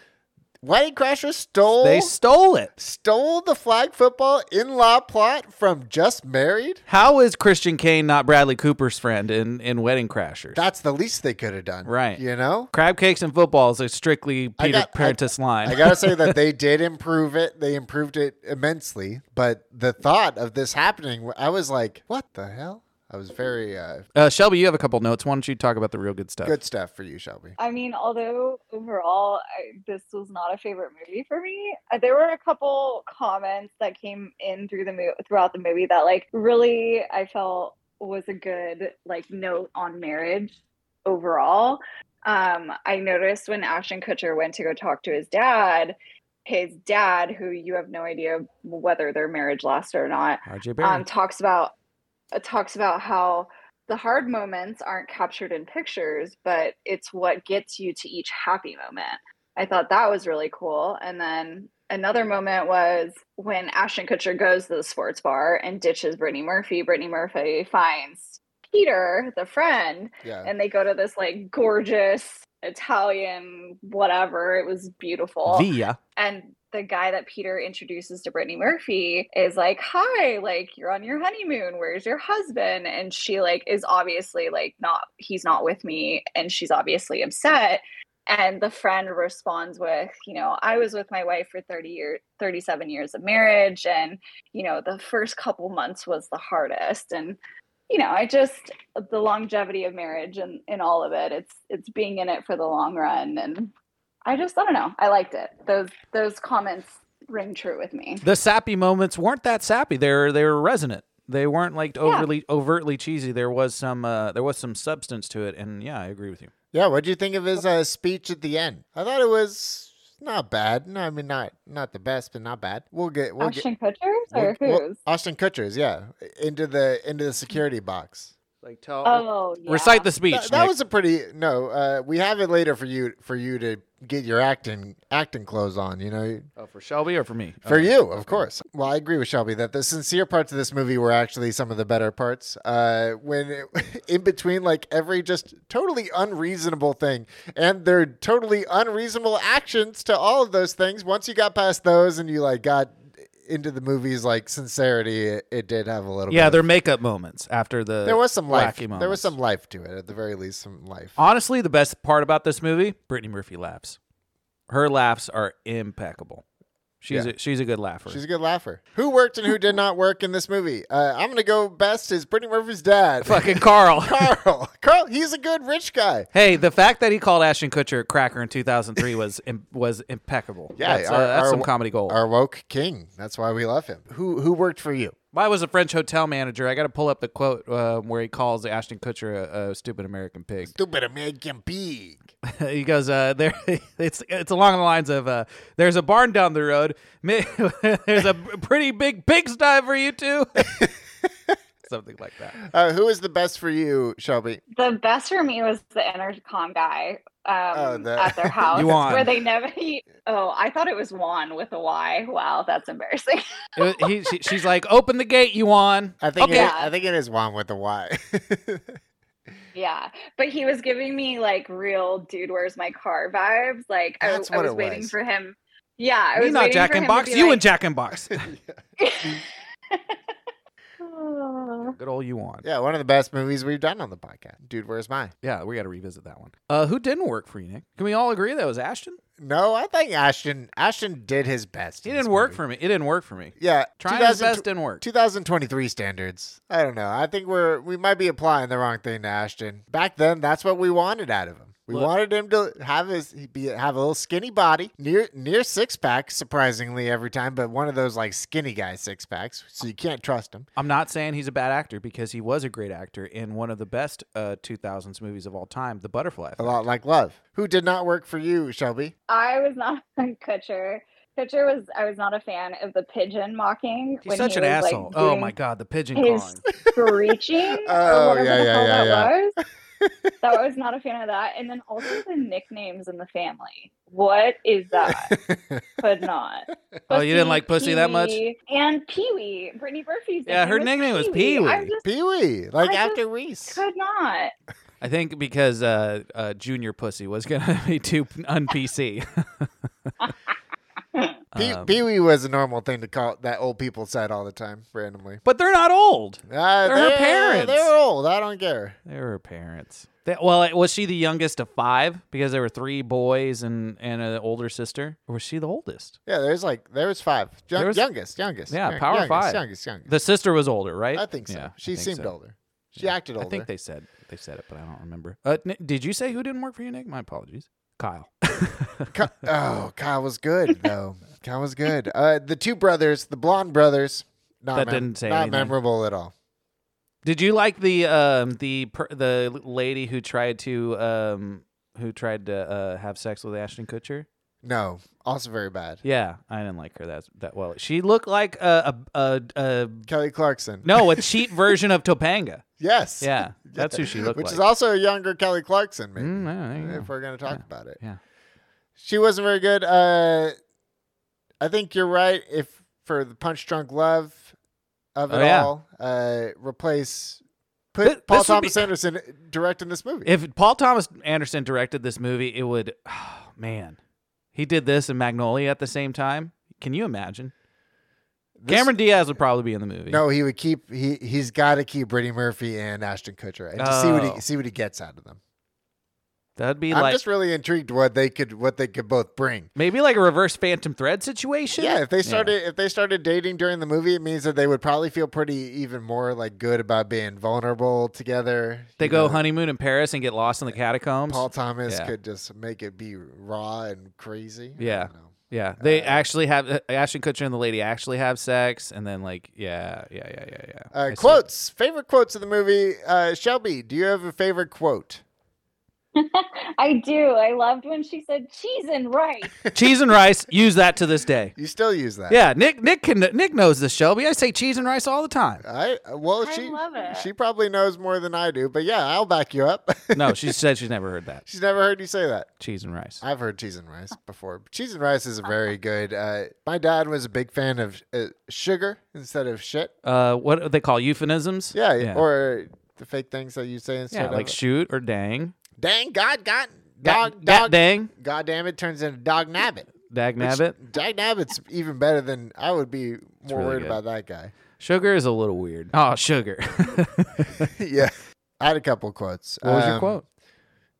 [SPEAKER 1] Wedding Crashers stole
[SPEAKER 2] They stole it.
[SPEAKER 1] stole the flag football in law plot from Just Married.
[SPEAKER 2] How is Christian Kane not Bradley Cooper's friend in, in Wedding Crashers?
[SPEAKER 1] That's the least they could have done,
[SPEAKER 2] Right.
[SPEAKER 1] You know.
[SPEAKER 2] Crab cakes and football is a strictly
[SPEAKER 1] I
[SPEAKER 2] Peter
[SPEAKER 1] got- I-
[SPEAKER 2] Parentis line.
[SPEAKER 1] I gotta say that they did improve it. They improved it immensely. But the thought of this happening, I was like, "What the hell?" I was very uh,
[SPEAKER 2] *laughs* uh, Shelby, you have a couple notes. Why don't you talk about the real good stuff?
[SPEAKER 1] good stuff for you, Shelby.
[SPEAKER 4] I mean, although overall I, this was not a favorite movie for me, uh, there were a couple comments that came in through the mo- throughout the movie that like really I felt was a good like note on marriage overall. Um, I noticed when Ashton Kutcher went to go talk to his dad, his dad, who you have no idea whether their marriage lasted or not,
[SPEAKER 2] RJ Barry.
[SPEAKER 4] um, talks about uh, talks about how the hard moments aren't captured in pictures, but it's what gets you to each happy moment. I thought that was really cool. And then another moment was when Ashton Kutcher goes to the sports bar and ditches Brittany Murphy. Brittany Murphy finds Peter, the friend,
[SPEAKER 1] Yeah.
[SPEAKER 4] and they go to this like gorgeous Italian whatever. It was beautiful
[SPEAKER 2] Via.
[SPEAKER 4] and the guy that Peter introduces to Brittany Murphy is like, "Hi, like you're on your honeymoon. Where's your husband?" And she like is obviously like not he's not with me and she's obviously upset. And the friend responds with, you know, I was with my wife for 30 years, 37 years of marriage and, you know, the first couple months was the hardest and you know, I just the longevity of marriage and in all of it. It's it's being in it for the long run and I just I don't know. I liked it. Those those comments ring true with me.
[SPEAKER 2] The sappy moments weren't that sappy. They were they were resonant. They weren't like overly overtly cheesy. There was some uh, there was some substance to it, and yeah, I agree with you.
[SPEAKER 1] Yeah. What do you think of his uh, speech at the end? I thought it was not bad. No, I mean not not the best, but not bad. We'll get we'll get
[SPEAKER 4] Ashton Kutcher's
[SPEAKER 1] we'll-
[SPEAKER 4] or
[SPEAKER 1] we'll-
[SPEAKER 4] whose?
[SPEAKER 1] Ashton Kutcher's. Yeah, into the into the security box.
[SPEAKER 2] Like tell
[SPEAKER 4] Oh, yeah.
[SPEAKER 2] recite the speech.
[SPEAKER 1] That, that
[SPEAKER 2] Nick.
[SPEAKER 1] was a pretty no. Uh, we have it later for you for you to get your acting acting clothes on. You know,
[SPEAKER 2] oh, for Shelby or for me.
[SPEAKER 1] For
[SPEAKER 2] Okay.
[SPEAKER 1] you, of course. Well, I agree with Shelby that the sincere parts of this movie were actually some of the better parts. Uh, when *laughs* in between, like every just totally unreasonable thing and their totally unreasonable actions to all of those things, once you got past those and you like got into the movie's like sincerity, it, it did have a little
[SPEAKER 2] Yeah,
[SPEAKER 1] bit.
[SPEAKER 2] their makeup moments after the
[SPEAKER 1] there was some life.
[SPEAKER 2] wacky moments.
[SPEAKER 1] There was some life to it, at the very least, some life.
[SPEAKER 2] Honestly, the best part about this movie, Brittany Murphy laughs. Her laughs are impeccable. She's
[SPEAKER 1] Yeah.
[SPEAKER 2] a, she's a good laugher. *laughs*
[SPEAKER 1] She's a good laugher. Who worked and who did not work in this movie? Uh, I'm gonna go best is Brittany Murphy's dad.
[SPEAKER 2] Fucking
[SPEAKER 1] *laughs*
[SPEAKER 2] Carl. *laughs*
[SPEAKER 1] Carl. Carl, he's a good rich guy.
[SPEAKER 2] hey, the fact that he called Ashton Kutcher a cracker in 2003 was im- was impeccable.
[SPEAKER 1] Yeah,
[SPEAKER 2] that's,
[SPEAKER 1] our-
[SPEAKER 2] uh, that's
[SPEAKER 1] our-
[SPEAKER 2] some comedy gold.
[SPEAKER 1] Our woke king. That's why we love him. Who who worked for you?
[SPEAKER 2] I was a French hotel manager. I got to pull up the quote uh, where he calls Ashton Kutcher a, a stupid American pig.
[SPEAKER 1] Stupid American pig.
[SPEAKER 2] *laughs* he goes, uh, "There, *laughs* it's it's along the lines of uh, there's a barn down the road. *laughs* Mi- there's a pretty big pigsty for you two, *laughs* something like that."
[SPEAKER 1] Uh, who is the best for you, Shelby?
[SPEAKER 4] The best for me was the intercom guy um,
[SPEAKER 1] Oh, the- *laughs*
[SPEAKER 4] at their house
[SPEAKER 2] Yuan.
[SPEAKER 4] where they never. He, oh, I thought it was Juan with a Y. Wow, that's embarrassing. *laughs*
[SPEAKER 2] It was- he, she, she's like, "Open the gate, you on."
[SPEAKER 1] I think
[SPEAKER 2] okay.
[SPEAKER 1] it, I think it is Juan with the Y. *laughs*
[SPEAKER 4] Yeah, but he was giving me like real dude, where's my car vibes. Like I,
[SPEAKER 1] That's
[SPEAKER 4] I
[SPEAKER 1] what
[SPEAKER 4] was
[SPEAKER 1] it
[SPEAKER 4] waiting
[SPEAKER 1] was.
[SPEAKER 4] for him. Yeah, I
[SPEAKER 2] Me
[SPEAKER 4] was
[SPEAKER 2] not
[SPEAKER 4] waiting
[SPEAKER 2] Jack
[SPEAKER 4] for
[SPEAKER 2] and
[SPEAKER 4] him to
[SPEAKER 2] Box.
[SPEAKER 4] be
[SPEAKER 2] You
[SPEAKER 4] like-
[SPEAKER 2] and Jack and
[SPEAKER 4] *laughs*
[SPEAKER 2] Box. *laughs*
[SPEAKER 4] Oh.
[SPEAKER 2] Good old you on. Yeah.
[SPEAKER 1] yeah, one of the best movies we've done on the podcast. Dude, where's my?
[SPEAKER 2] we got to revisit that one. Uh, who didn't work for you, Nick? Can we all agree that was Ashton?
[SPEAKER 1] No, I think Ashton Ashton did his best.
[SPEAKER 2] He
[SPEAKER 1] in
[SPEAKER 2] didn't
[SPEAKER 1] this
[SPEAKER 2] work
[SPEAKER 1] movie.
[SPEAKER 2] for me. It didn't work for me.
[SPEAKER 1] Yeah,
[SPEAKER 2] Trying his
[SPEAKER 1] 2000
[SPEAKER 2] best didn't work.
[SPEAKER 1] 2023 standards. I don't know. I think we're we might be applying the wrong thing to Ashton. Back then, that's what we wanted out of him. We
[SPEAKER 2] Look-
[SPEAKER 1] wanted him to have his he be have a little skinny body, near near six pack, surprisingly every time, but one of those like skinny guy six packs, so you can't trust him.
[SPEAKER 2] I'm not saying he's a bad actor because he was a great actor in one of the best uh, 2000s movies of all time, The
[SPEAKER 1] A
[SPEAKER 2] Butterfly. Effect.
[SPEAKER 1] lot like love. Who did not work for you, Shelby?
[SPEAKER 4] I was not *laughs* on Kutcher. Kutcher was I was not a fan of the pigeon mocking.
[SPEAKER 2] He's
[SPEAKER 4] when
[SPEAKER 2] such
[SPEAKER 4] he
[SPEAKER 2] an
[SPEAKER 4] was, like,
[SPEAKER 2] asshole. oh
[SPEAKER 4] doing
[SPEAKER 2] my god, the pigeon
[SPEAKER 4] his-
[SPEAKER 2] calling.
[SPEAKER 4] Screeching.
[SPEAKER 1] Oh,
[SPEAKER 4] or whatever
[SPEAKER 1] yeah,
[SPEAKER 4] the
[SPEAKER 1] yeah,
[SPEAKER 4] hell
[SPEAKER 1] yeah,
[SPEAKER 4] that was. that I was not a fan of that. And then also the nicknames in the family. What is that?
[SPEAKER 1] *laughs*
[SPEAKER 4] Could not.
[SPEAKER 2] Oh, you didn't like pussy that much?
[SPEAKER 4] Pee-wee, And Pee Wee. Brittany Murphy's.
[SPEAKER 2] Yeah, her nickname was
[SPEAKER 4] I
[SPEAKER 2] Pee-wee.
[SPEAKER 4] just
[SPEAKER 1] Pee Wee, like
[SPEAKER 4] I just
[SPEAKER 1] after Reese.
[SPEAKER 4] could not. *laughs*
[SPEAKER 2] I think because uh, uh, Junior Pussy was gonna *laughs* be too un PC. Um,
[SPEAKER 1] Pee Wee was a normal thing to call that old people said all the time randomly.
[SPEAKER 2] *laughs* but they're not old.
[SPEAKER 1] Uh,
[SPEAKER 2] They're her parents.
[SPEAKER 1] They're old. I don't care.
[SPEAKER 2] They were parents. They, well, was she the youngest of five? Because there were three boys and and an older sister. Or was she the oldest?
[SPEAKER 1] Yeah, there's like there was five. Young,
[SPEAKER 2] There was-
[SPEAKER 1] youngest, youngest.
[SPEAKER 2] Yeah,
[SPEAKER 1] young-
[SPEAKER 2] Power
[SPEAKER 1] youngest,
[SPEAKER 2] Five.
[SPEAKER 1] Youngest, youngest.
[SPEAKER 2] The sister was older, right?
[SPEAKER 1] I think so.
[SPEAKER 2] Yeah,
[SPEAKER 1] she
[SPEAKER 2] I think
[SPEAKER 1] seemed
[SPEAKER 2] so.
[SPEAKER 1] older. She
[SPEAKER 2] Yeah.
[SPEAKER 1] acted older.
[SPEAKER 2] I think they said they said it, but I don't remember. Uh, Nick, did you say who didn't work for you, Nick? My apologies, Kyle. *laughs*
[SPEAKER 1] Ki- oh, Kyle was good though. Kyle was good. Uh, the two brothers, the blonde brothers. Not
[SPEAKER 2] That didn't say
[SPEAKER 1] not
[SPEAKER 2] anything.
[SPEAKER 1] memorable at all.
[SPEAKER 2] Did you like the um the per- the lady who tried to um who tried to uh, have sex with Ashton Kutcher?
[SPEAKER 1] No, also very bad.
[SPEAKER 2] Yeah, I didn't like her that that well. She looked like a a, a, a
[SPEAKER 1] Kelly Clarkson.
[SPEAKER 2] no, a cheap version
[SPEAKER 1] *laughs*
[SPEAKER 2] of Topanga.
[SPEAKER 1] Yes.
[SPEAKER 2] Yeah, that's
[SPEAKER 1] *laughs*
[SPEAKER 2] who she looked
[SPEAKER 1] Which
[SPEAKER 2] like.
[SPEAKER 1] is also a younger Kelly Clarkson, maybe.
[SPEAKER 2] Mm, yeah, there you
[SPEAKER 1] If
[SPEAKER 2] go.
[SPEAKER 1] we're gonna talk about it.
[SPEAKER 2] Yeah.
[SPEAKER 1] She wasn't very good. Uh, I think you're right. If for the punch drunk love of it
[SPEAKER 2] Oh, yeah.
[SPEAKER 1] all, uh, replace put
[SPEAKER 2] Th-
[SPEAKER 1] Paul
[SPEAKER 2] this would be-
[SPEAKER 1] Thomas Anderson directing this movie.
[SPEAKER 2] If Paul Thomas Anderson directed this movie, it would. *sighs* Oh, man, he did this and Magnolia at the same time. Can you imagine?
[SPEAKER 1] This-
[SPEAKER 2] Cameron Diaz would probably be in the movie.
[SPEAKER 1] No, he would keep. He he's got to keep Brittany Murphy and Ashton Kutcher and just see what
[SPEAKER 2] Oh.
[SPEAKER 1] he see what he gets out of them.
[SPEAKER 2] that'd be
[SPEAKER 1] I'm
[SPEAKER 2] like
[SPEAKER 1] just really intrigued what they could what they could both bring.
[SPEAKER 2] maybe like a reverse Phantom Thread situation.
[SPEAKER 1] Yeah, if they started if they started dating during the movie, it means that they would probably feel pretty even more like good about being vulnerable together.
[SPEAKER 2] they
[SPEAKER 1] You
[SPEAKER 2] go
[SPEAKER 1] know,
[SPEAKER 2] honeymoon in Paris and get lost in the catacombs.
[SPEAKER 1] Paul Thomas
[SPEAKER 2] Yeah.
[SPEAKER 1] could just make it be raw and crazy. I
[SPEAKER 2] Yeah.
[SPEAKER 1] don't know.
[SPEAKER 2] yeah, they actually have uh, Ashton Kutcher and the lady actually have sex, and then like yeah, yeah, yeah, yeah, yeah. I
[SPEAKER 1] Uh,
[SPEAKER 2] see.
[SPEAKER 1] quotes. Favorite quotes of the movie. Uh, Shelby, do you have a favorite quote?
[SPEAKER 4] I do. I loved when she said cheese
[SPEAKER 1] *laughs*
[SPEAKER 4] and rice.
[SPEAKER 2] cheese and rice. Use that to this day.
[SPEAKER 1] You still use that?
[SPEAKER 2] Yeah, Nick Nick can Nick knows this Shelby. I say cheese and rice all the time.
[SPEAKER 1] I well,
[SPEAKER 4] I
[SPEAKER 1] she
[SPEAKER 4] love it.
[SPEAKER 1] she probably knows more than I do, but yeah, I'll back you up. *laughs*
[SPEAKER 2] No, she said she's never heard that.
[SPEAKER 1] She's never heard you say that.
[SPEAKER 2] Cheese and rice.
[SPEAKER 1] I've heard cheese and rice before. Cheese and rice is a very good. Uh, my dad was a big fan of uh, sugar instead of shit.
[SPEAKER 2] Uh, what do they call euphemisms?
[SPEAKER 1] Yeah, or the fake things that you say
[SPEAKER 2] yeah,
[SPEAKER 1] instead
[SPEAKER 2] like
[SPEAKER 1] of
[SPEAKER 2] shoot or dang.
[SPEAKER 1] dang god god
[SPEAKER 2] Ga-
[SPEAKER 1] dog
[SPEAKER 2] ga-
[SPEAKER 1] dog
[SPEAKER 2] dang.
[SPEAKER 1] god damn it turns into dog nabbit.
[SPEAKER 2] Dag nabbit.
[SPEAKER 1] Dag nabbit's even better than I would be more
[SPEAKER 2] really
[SPEAKER 1] worried
[SPEAKER 2] good.
[SPEAKER 1] about that
[SPEAKER 2] *laughs*
[SPEAKER 1] guy.
[SPEAKER 2] Sugar is a little weird. Oh, sugar. *laughs*
[SPEAKER 1] yeah, I had a couple quotes.
[SPEAKER 2] what was your
[SPEAKER 1] Um,
[SPEAKER 2] quote?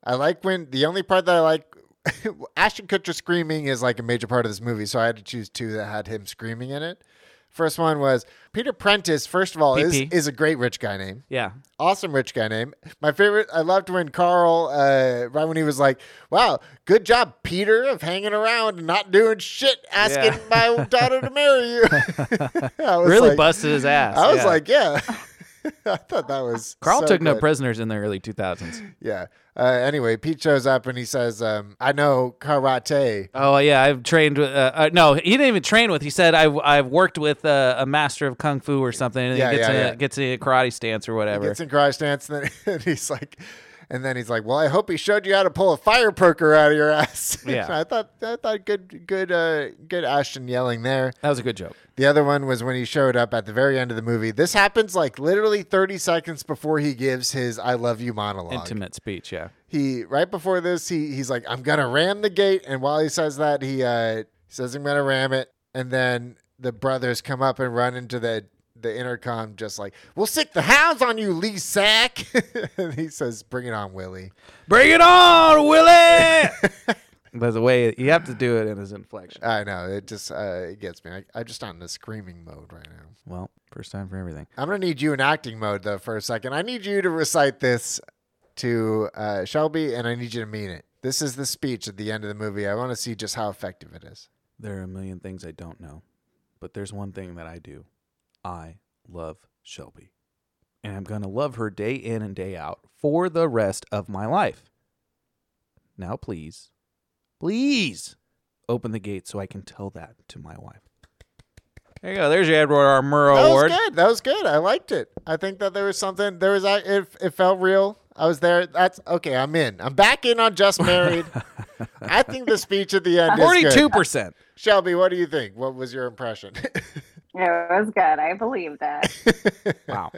[SPEAKER 1] I like when the only part that I like *laughs* Ashton Kutcher screaming is like a major part of this movie, so I had to choose two that had him screaming in it. First one was Peter Prentice, first of all, is,
[SPEAKER 2] PP.
[SPEAKER 1] is a great rich guy name.
[SPEAKER 2] Yeah.
[SPEAKER 1] Awesome rich guy name. My favorite, I loved when Carl, uh, right when he was like, wow, good job, Peter, of hanging around and not doing shit, asking
[SPEAKER 2] *laughs*
[SPEAKER 1] my daughter to marry you. *laughs* I was
[SPEAKER 2] Really
[SPEAKER 1] like-
[SPEAKER 2] busted his ass.
[SPEAKER 1] I was
[SPEAKER 2] yeah.
[SPEAKER 1] like, yeah. *laughs* I thought that was.
[SPEAKER 2] Carl
[SPEAKER 1] so
[SPEAKER 2] took no
[SPEAKER 1] good.
[SPEAKER 2] prisoners in the early 2000s.
[SPEAKER 1] Yeah. Uh, anyway, Pete shows up and he says, um, "I know karate."
[SPEAKER 2] *laughs* Oh yeah, I've trained with. Uh, uh, no, he didn't even train with. He said I've I've worked with uh, a master of kung fu or something, and
[SPEAKER 1] Yeah,
[SPEAKER 2] he gets
[SPEAKER 1] yeah,
[SPEAKER 2] in
[SPEAKER 1] yeah.
[SPEAKER 2] a, gets in a karate stance or whatever.
[SPEAKER 1] Gets in garage dance, and then *laughs* and he's like, and then he's like, "Well, I hope he showed you how to pull a fire poker out of your ass." *laughs*
[SPEAKER 2] Yeah.
[SPEAKER 1] I thought I thought good good uh, good Ashton yelling there.
[SPEAKER 2] that was a good joke.
[SPEAKER 1] The other one was when he showed up at the very end of the movie. This happens like literally thirty seconds before he gives his "I love you" monologue.
[SPEAKER 2] Intimate speech. Yeah.
[SPEAKER 1] he right before this he he's like i'm gonna ram the gate and while he says that he uh says i'm gonna ram it and then the brothers come up and run into the the intercom just like we'll sick the hounds on you lee sack *laughs* and he says bring it on willie
[SPEAKER 2] Bring it on, Willie. *laughs* By the way, you have to do it in his inflection.
[SPEAKER 1] i know it just uh it gets me I, i'm just not in the screaming mode right now
[SPEAKER 2] Well, first time for everything.
[SPEAKER 1] i'm gonna need you in acting mode though for a second i need you to recite this to uh shelby and i need you to mean it this is the speech at the end of the movie i want to see just how effective it is
[SPEAKER 2] There are a million things I don't know, but there's one thing that I do. I love Shelby. And I'm going to love her day in and day out for the rest of my life. Now, please, please open the gate so I can tell that to my wife. There you go. There's your Edward R. Murrow
[SPEAKER 1] That
[SPEAKER 2] Award.
[SPEAKER 1] was good. That was good. I liked it. I think that there was something. There was. I. It, it felt real. I was there. That's okay. I'm in. I'm back in on just married. I think the speech at the end. Forty-two. Is good.
[SPEAKER 2] 42%.
[SPEAKER 1] Shelby, what do you think? What was your impression? *laughs*
[SPEAKER 4] It was good. I believed it.
[SPEAKER 2] Wow.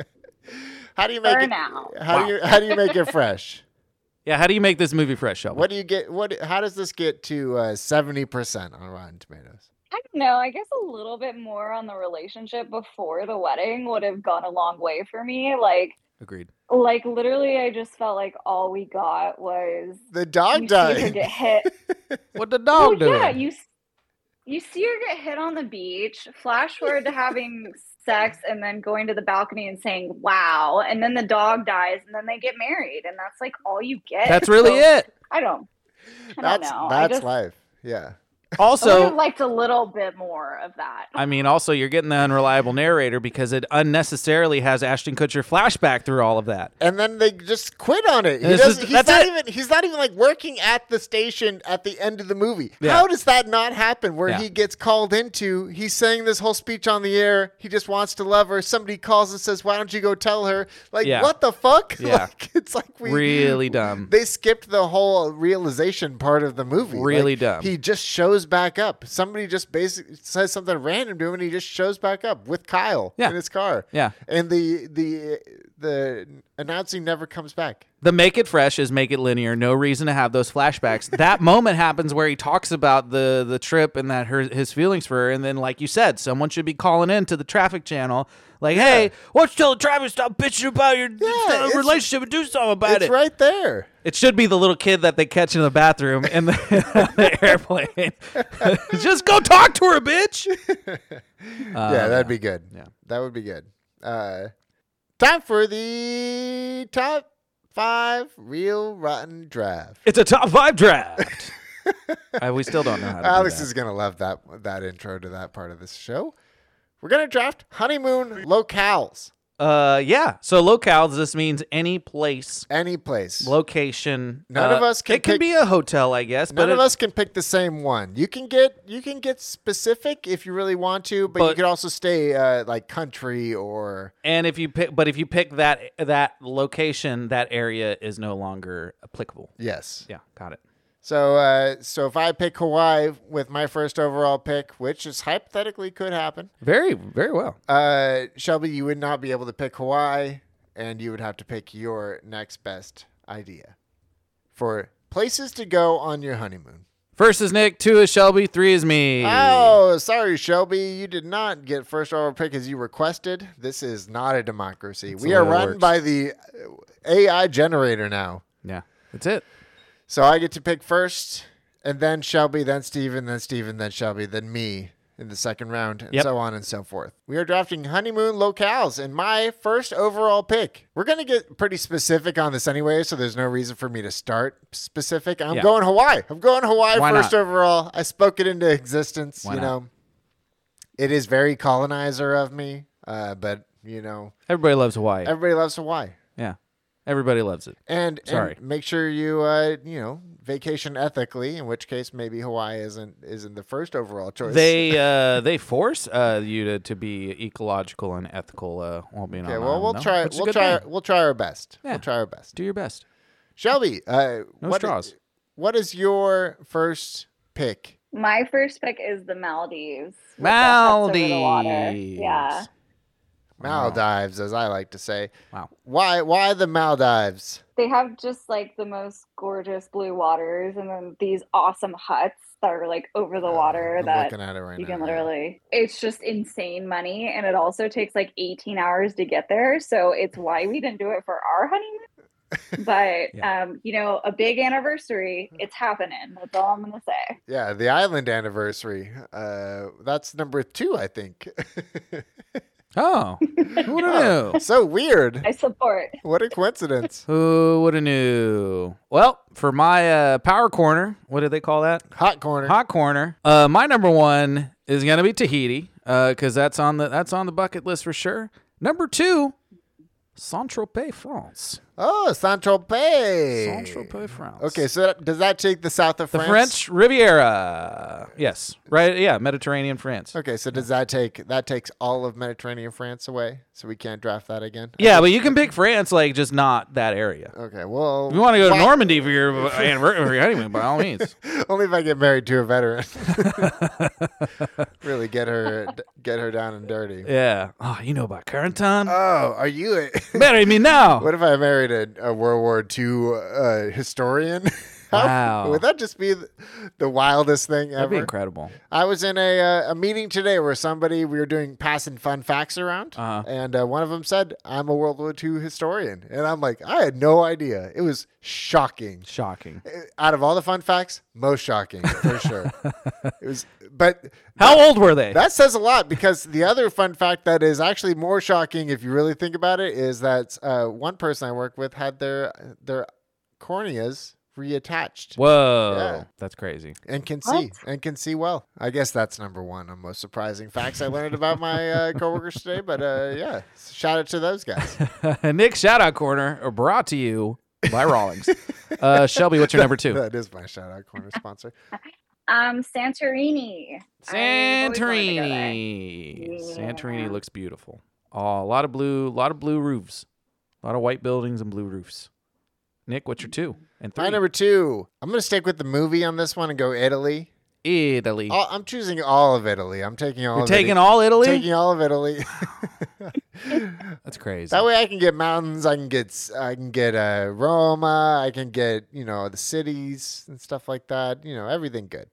[SPEAKER 1] how do you make
[SPEAKER 4] For
[SPEAKER 1] it?
[SPEAKER 4] now.
[SPEAKER 1] How do you how do you make it fresh?
[SPEAKER 2] Yeah, how do you make this movie fresh, Shelby?
[SPEAKER 1] What do you get? What? How does this get to uh, seventy percent on Rotten Tomatoes?
[SPEAKER 4] I don't know. I guess a little bit more on the relationship before the wedding would have gone a long way for me. Like,
[SPEAKER 2] Agreed.
[SPEAKER 4] like literally, I just felt like all we got was
[SPEAKER 1] The
[SPEAKER 4] you
[SPEAKER 1] dog
[SPEAKER 4] see her
[SPEAKER 1] died.
[SPEAKER 2] *laughs*
[SPEAKER 4] get hit.
[SPEAKER 2] What the
[SPEAKER 4] Oh
[SPEAKER 2] dog do?
[SPEAKER 4] yeah, you s- you see her get hit on the beach. Flash forward to having *laughs* sex and then going to the balcony and saying "Wow," and then the dog dies, and then they get married, and that's like all you get.
[SPEAKER 1] Oh.
[SPEAKER 2] That's really
[SPEAKER 4] So,
[SPEAKER 2] it.
[SPEAKER 4] I don't. I don't
[SPEAKER 1] That's
[SPEAKER 4] know. I
[SPEAKER 1] that's
[SPEAKER 4] just-
[SPEAKER 1] life. Yeah.
[SPEAKER 4] I would
[SPEAKER 2] Also,
[SPEAKER 4] have liked a little bit more of that.
[SPEAKER 2] I mean, also you're getting the unreliable narrator because it unnecessarily has Ashton Kutcher flashback through all of that.
[SPEAKER 1] and then they just quit on it. He
[SPEAKER 2] This
[SPEAKER 1] doesn't,
[SPEAKER 2] is-
[SPEAKER 1] he's
[SPEAKER 2] that's
[SPEAKER 1] not
[SPEAKER 2] it.
[SPEAKER 1] even he's not even like working at the station at the end of the movie.
[SPEAKER 2] Yeah.
[SPEAKER 1] How does that not happen? Where
[SPEAKER 2] Yeah.
[SPEAKER 1] he gets called into, he's saying this whole speech on the air. He just wants to love her. Somebody calls and says, "Why don't you go tell her?" Like
[SPEAKER 2] Yeah.
[SPEAKER 1] what the fuck? *laughs*
[SPEAKER 2] Yeah.
[SPEAKER 1] like, it's like we
[SPEAKER 2] Really dumb.
[SPEAKER 1] They skipped the whole realization part of the movie.
[SPEAKER 2] Really
[SPEAKER 1] Like,
[SPEAKER 2] dumb.
[SPEAKER 1] He just shows back up. Somebody just basically says something random to him, and he just shows back up with Kyle
[SPEAKER 2] Yeah.
[SPEAKER 1] in his car.
[SPEAKER 2] Yeah.
[SPEAKER 1] And the the the announcing never comes back.
[SPEAKER 2] The make it fresh is make it linear. No reason to have those
[SPEAKER 1] *laughs*
[SPEAKER 2] flashbacks. that moment happens where he talks about the the trip and that her his feelings for her, and then like you said, someone should be calling in to the traffic channel, like, "Hey, what's tell the traffic stop bitching about your uh,
[SPEAKER 1] it's-
[SPEAKER 2] relationship and do something about
[SPEAKER 1] it's
[SPEAKER 2] it."
[SPEAKER 1] right there.
[SPEAKER 2] It should be the little kid that they catch in the bathroom in the, *laughs* the airplane. *laughs* Just go talk to her, bitch. Uh,
[SPEAKER 1] yeah, that'd be good. Yeah, that would be good. Uh, time for the top five real rotten draft.
[SPEAKER 2] It's a top
[SPEAKER 1] *laughs*
[SPEAKER 2] five draft. I, we still don't know how to
[SPEAKER 1] Alex
[SPEAKER 2] do that.
[SPEAKER 1] is gonna love that that intro to that part of this show. We're gonna draft honeymoon locales.
[SPEAKER 2] Uh, yeah. So locales. This means any place,
[SPEAKER 1] Any place.
[SPEAKER 2] location.
[SPEAKER 1] None of
[SPEAKER 2] Uh,
[SPEAKER 1] us can
[SPEAKER 2] It can
[SPEAKER 1] pick-
[SPEAKER 2] be a hotel, I guess.
[SPEAKER 1] None
[SPEAKER 2] but
[SPEAKER 1] of
[SPEAKER 2] it-
[SPEAKER 1] us can pick the same one. You can get you can get specific if you really want to, but, you
[SPEAKER 2] But-
[SPEAKER 1] could also stay uh, like country or
[SPEAKER 2] And if you pick, but if you pick that that location, that area is no longer applicable.
[SPEAKER 1] yes.
[SPEAKER 2] Yeah, got it.
[SPEAKER 1] So uh, so if I pick Hawaii with my first overall pick, which is hypothetically could happen,
[SPEAKER 2] Very, very well.
[SPEAKER 1] uh, Shelby, you would not be able to pick Hawaii, and you would have to pick your next best idea for places to go on your honeymoon.
[SPEAKER 2] First is Nick. Two is Shelby. Three is me.
[SPEAKER 1] Oh, sorry, Shelby. You did not get first overall pick as you requested. This is not a democracy. we
[SPEAKER 2] the
[SPEAKER 1] are
[SPEAKER 2] way it
[SPEAKER 1] run
[SPEAKER 2] works.
[SPEAKER 1] by the AI generator now.
[SPEAKER 2] Yeah, that's it.
[SPEAKER 1] So I get to pick first, and then Shelby, then Steven, then Steven, then Shelby, then me in the second round, and
[SPEAKER 2] Yep.
[SPEAKER 1] so on and so forth. We are drafting honeymoon locales, and my first overall pick. We're going to get pretty specific on this anyway, so there's no reason for me to start specific. I'm
[SPEAKER 2] Yeah.
[SPEAKER 1] going Hawaii. I'm going Hawaii
[SPEAKER 2] Why
[SPEAKER 1] first
[SPEAKER 2] not?
[SPEAKER 1] overall. I spoke it into existence,
[SPEAKER 2] Why
[SPEAKER 1] you
[SPEAKER 2] not?
[SPEAKER 1] know. It is very colonizer of me, uh, but, you know,
[SPEAKER 2] Everybody loves Hawaii.
[SPEAKER 1] everybody loves Hawaii.
[SPEAKER 2] yeah, everybody loves it.
[SPEAKER 1] And,
[SPEAKER 2] Sorry.
[SPEAKER 1] and make sure you uh, you know vacation ethically. In which case, maybe Hawaii isn't isn't the first overall choice.
[SPEAKER 2] They uh, they force uh, you to, to be ecological and ethical. Uh, while being
[SPEAKER 1] okay.
[SPEAKER 2] on
[SPEAKER 1] Well,
[SPEAKER 2] an
[SPEAKER 1] we'll
[SPEAKER 2] island,
[SPEAKER 1] try
[SPEAKER 2] which is a
[SPEAKER 1] we'll
[SPEAKER 2] good
[SPEAKER 1] try
[SPEAKER 2] thing.
[SPEAKER 1] we'll try our best.
[SPEAKER 2] Yeah.
[SPEAKER 1] We'll try our best.
[SPEAKER 2] Do your best.
[SPEAKER 1] Shelby, uh,
[SPEAKER 2] No
[SPEAKER 1] what-
[SPEAKER 2] straws.
[SPEAKER 1] What is your first pick?
[SPEAKER 4] My first pick is the Maldives. with the huts over the water.
[SPEAKER 2] Maldives.
[SPEAKER 4] Yeah.
[SPEAKER 1] Maldives, as I like to say.
[SPEAKER 2] Wow.
[SPEAKER 1] Why why the Maldives?
[SPEAKER 4] They have just like the most gorgeous blue waters and then these awesome huts that are like over the water
[SPEAKER 1] I'm
[SPEAKER 4] that
[SPEAKER 1] looking at it right
[SPEAKER 4] you
[SPEAKER 1] now.
[SPEAKER 4] can literally it's just insane money and it also takes like 18 hours to get there so it's why we didn't do it for our honeymoon but
[SPEAKER 2] Yeah.
[SPEAKER 4] um you know a big anniversary it's happening that's all i'm gonna say
[SPEAKER 1] Yeah, the island anniversary. Uh, that's number two, I think. *laughs*
[SPEAKER 2] Oh, who would have knew?
[SPEAKER 1] so weird.
[SPEAKER 4] i support
[SPEAKER 1] What a coincidence.
[SPEAKER 2] Who would have knew? Well, for my uh, power corner, what do they call that?
[SPEAKER 1] Hot corner.
[SPEAKER 2] Hot corner. Uh, my number one is gonna be Tahiti, because that's on the that's on the bucket list for sure. Number two, Saint Tropez, France.
[SPEAKER 1] Oh, Saint Tropez.
[SPEAKER 2] Saint Tropez, France.
[SPEAKER 1] Okay, so that, does that take the south of
[SPEAKER 2] The
[SPEAKER 1] France?
[SPEAKER 2] French Riviera. Yes. Right. Yeah. Mediterranean France.
[SPEAKER 1] Okay, so does that take that takes all of Mediterranean France away? So we can't draft that again.
[SPEAKER 2] Yeah, but you can pick France, like just not that area.
[SPEAKER 1] Okay, well,
[SPEAKER 2] If you want to go to
[SPEAKER 1] why-
[SPEAKER 2] Normandy for your uh, anniversary for your honeymoon, by all means.
[SPEAKER 1] *laughs* Only if I get married to a
[SPEAKER 2] *laughs*
[SPEAKER 1] veteran. really get her get her down and dirty.
[SPEAKER 2] Yeah. Oh, you know about Carentan?
[SPEAKER 1] Oh, are you? A, *laughs*
[SPEAKER 2] Marry me now.
[SPEAKER 1] what if I married a, a World War II uh, historian? *laughs* How-
[SPEAKER 2] Wow.
[SPEAKER 1] Would that just be the, the wildest thing
[SPEAKER 2] That'd be
[SPEAKER 1] ever?
[SPEAKER 2] incredible.
[SPEAKER 1] I was in a, uh, a meeting today where somebody we were doing passing fun facts around,
[SPEAKER 2] Uh-huh.
[SPEAKER 1] and uh, one of them said, "I'm a World War II historian," and I'm like, I had no idea. It was shocking.
[SPEAKER 2] Shocking.
[SPEAKER 1] Uh, Out of all the fun facts, most shocking for sure. it was, but
[SPEAKER 2] How old were they?
[SPEAKER 1] that says a lot because the other fun fact that is actually more shocking if you really think about it is that uh, one person I work with had their their corneas reattached
[SPEAKER 2] Whoa,
[SPEAKER 1] Yeah.
[SPEAKER 2] that's crazy. *laughs*
[SPEAKER 1] and can
[SPEAKER 4] What?
[SPEAKER 1] see and can see well. I guess that's number one on most surprising facts I learned about my uh, coworkers today. But uh, yeah, shout out to those
[SPEAKER 2] *laughs*
[SPEAKER 1] guys.
[SPEAKER 2] Nick shout out corner are brought to you by
[SPEAKER 1] *laughs*
[SPEAKER 2] Rawlings. uh, Shelby, what's your number two?
[SPEAKER 1] that is my shout out corner sponsor.
[SPEAKER 4] Um, Santorini. I've always wanted to go there.
[SPEAKER 2] Santorini. Santorini
[SPEAKER 4] Yeah.
[SPEAKER 2] looks beautiful. Oh, a lot of blue, a lot of blue roofs, a lot of white buildings and blue roofs. Nick, what's your two and three?
[SPEAKER 1] My number two. I'm gonna stick with the movie on this one and go Italy.
[SPEAKER 2] Italy.
[SPEAKER 1] All, I'm choosing all of Italy. I'm taking all.
[SPEAKER 2] You're
[SPEAKER 1] of
[SPEAKER 2] taking
[SPEAKER 1] Italy.
[SPEAKER 2] all Italy?
[SPEAKER 1] Taking all of
[SPEAKER 2] *laughs*
[SPEAKER 1] Italy. *laughs*
[SPEAKER 2] That's crazy.
[SPEAKER 1] that way, I can get mountains. I can get. s- I can get uh, Roma. I can get you know the cities and stuff like that. You know everything good.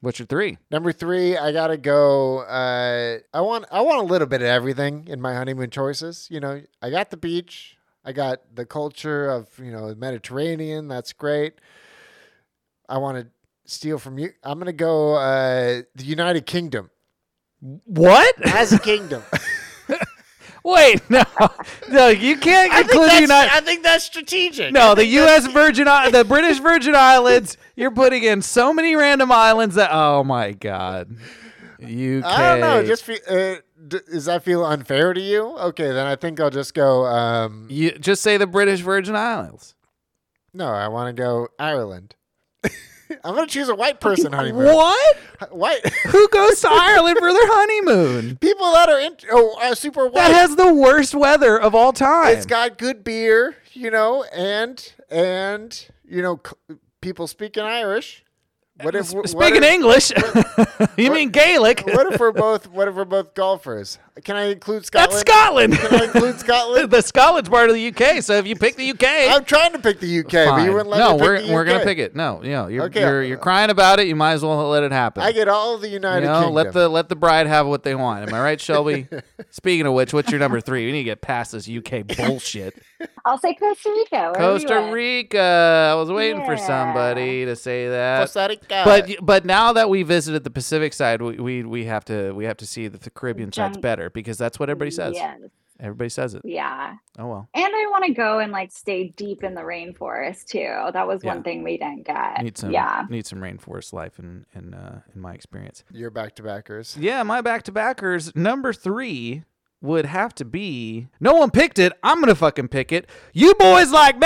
[SPEAKER 2] what's your three?
[SPEAKER 1] Number three, I gotta go. Uh, I want I want a little bit of everything in my honeymoon choices. You know, I got the beach. I got the culture of you know the Mediterranean. That's great. I want to steal from you. I'm gonna go uh, the United Kingdom
[SPEAKER 2] What?
[SPEAKER 1] as a kingdom.
[SPEAKER 2] *laughs* Wait, *laughs* no, no, you can't include the United.
[SPEAKER 1] think that's strategic.
[SPEAKER 2] No, the
[SPEAKER 1] *laughs*
[SPEAKER 2] U.S. Virgin, I- the British Virgin Islands. You're putting in so many random islands that oh my god, you.
[SPEAKER 1] I don't know. Just fe- uh, d- does that feel unfair to you? Okay, then I think I'll just go. Um,
[SPEAKER 2] you just say the British Virgin Islands.
[SPEAKER 1] no, I want to go Ireland. *laughs* I'm gonna choose a white person honeymoon.
[SPEAKER 2] What?
[SPEAKER 1] white *laughs*
[SPEAKER 2] Who goes to Ireland for their honeymoon?
[SPEAKER 1] people that are in oh are super white.
[SPEAKER 2] That has the worst weather of all time.
[SPEAKER 1] it's got good beer, you know, and and you know c- people speaking Irish. What if we're- what
[SPEAKER 2] Uh, Speaking
[SPEAKER 1] if-
[SPEAKER 2] English, *laughs* you mean Gaelic?
[SPEAKER 1] What if we're both what if we're both golfers? Can I include Scotland?
[SPEAKER 2] *laughs* That's Scotland.
[SPEAKER 1] Can I
[SPEAKER 2] *laughs*
[SPEAKER 1] include Scotland?
[SPEAKER 2] the Scotland's part of the UK. So if you pick the UK,
[SPEAKER 1] I'm trying to pick the UK, but
[SPEAKER 2] Fine.
[SPEAKER 1] you wouldn't let
[SPEAKER 2] no,
[SPEAKER 1] me pick
[SPEAKER 2] we're
[SPEAKER 1] the
[SPEAKER 2] we're gonna
[SPEAKER 1] UK.
[SPEAKER 2] pick it. No, you know, you're,
[SPEAKER 1] Okay.
[SPEAKER 2] you're you're crying about it. You might as well let it happen.
[SPEAKER 1] I get all of the
[SPEAKER 2] you
[SPEAKER 1] United
[SPEAKER 2] know,
[SPEAKER 1] Kingdom.
[SPEAKER 2] let the let the bride have what they want. Am I
[SPEAKER 1] *laughs*
[SPEAKER 2] right, Shelby? Speaking of which, what's your number three? We need to get past this UK bullshit.
[SPEAKER 4] I'll say Costa Rica. wherever you
[SPEAKER 2] Costa
[SPEAKER 4] went.
[SPEAKER 2] Rica. I was waiting for
[SPEAKER 4] Yeah.
[SPEAKER 2] somebody to say that.
[SPEAKER 1] Costa Rica.
[SPEAKER 2] But but now that we visited the Pacific side, we we, we have to we have to see that the Caribbean side's
[SPEAKER 4] Jump.
[SPEAKER 2] better because that's what everybody says.
[SPEAKER 4] Yes,
[SPEAKER 2] Everybody says it.
[SPEAKER 4] yeah.
[SPEAKER 2] Oh well,
[SPEAKER 4] And I want to go and like stay deep in the rainforest too. That was
[SPEAKER 2] Yeah.
[SPEAKER 4] one thing we didn't get.
[SPEAKER 2] need some
[SPEAKER 4] Uh, yeah.
[SPEAKER 2] need some rainforest life in in uh, in my experience.
[SPEAKER 1] you're back to backers.
[SPEAKER 2] Yeah, my back to backers number three would have to be. No one picked it. I'm gonna fucking pick it. You boys like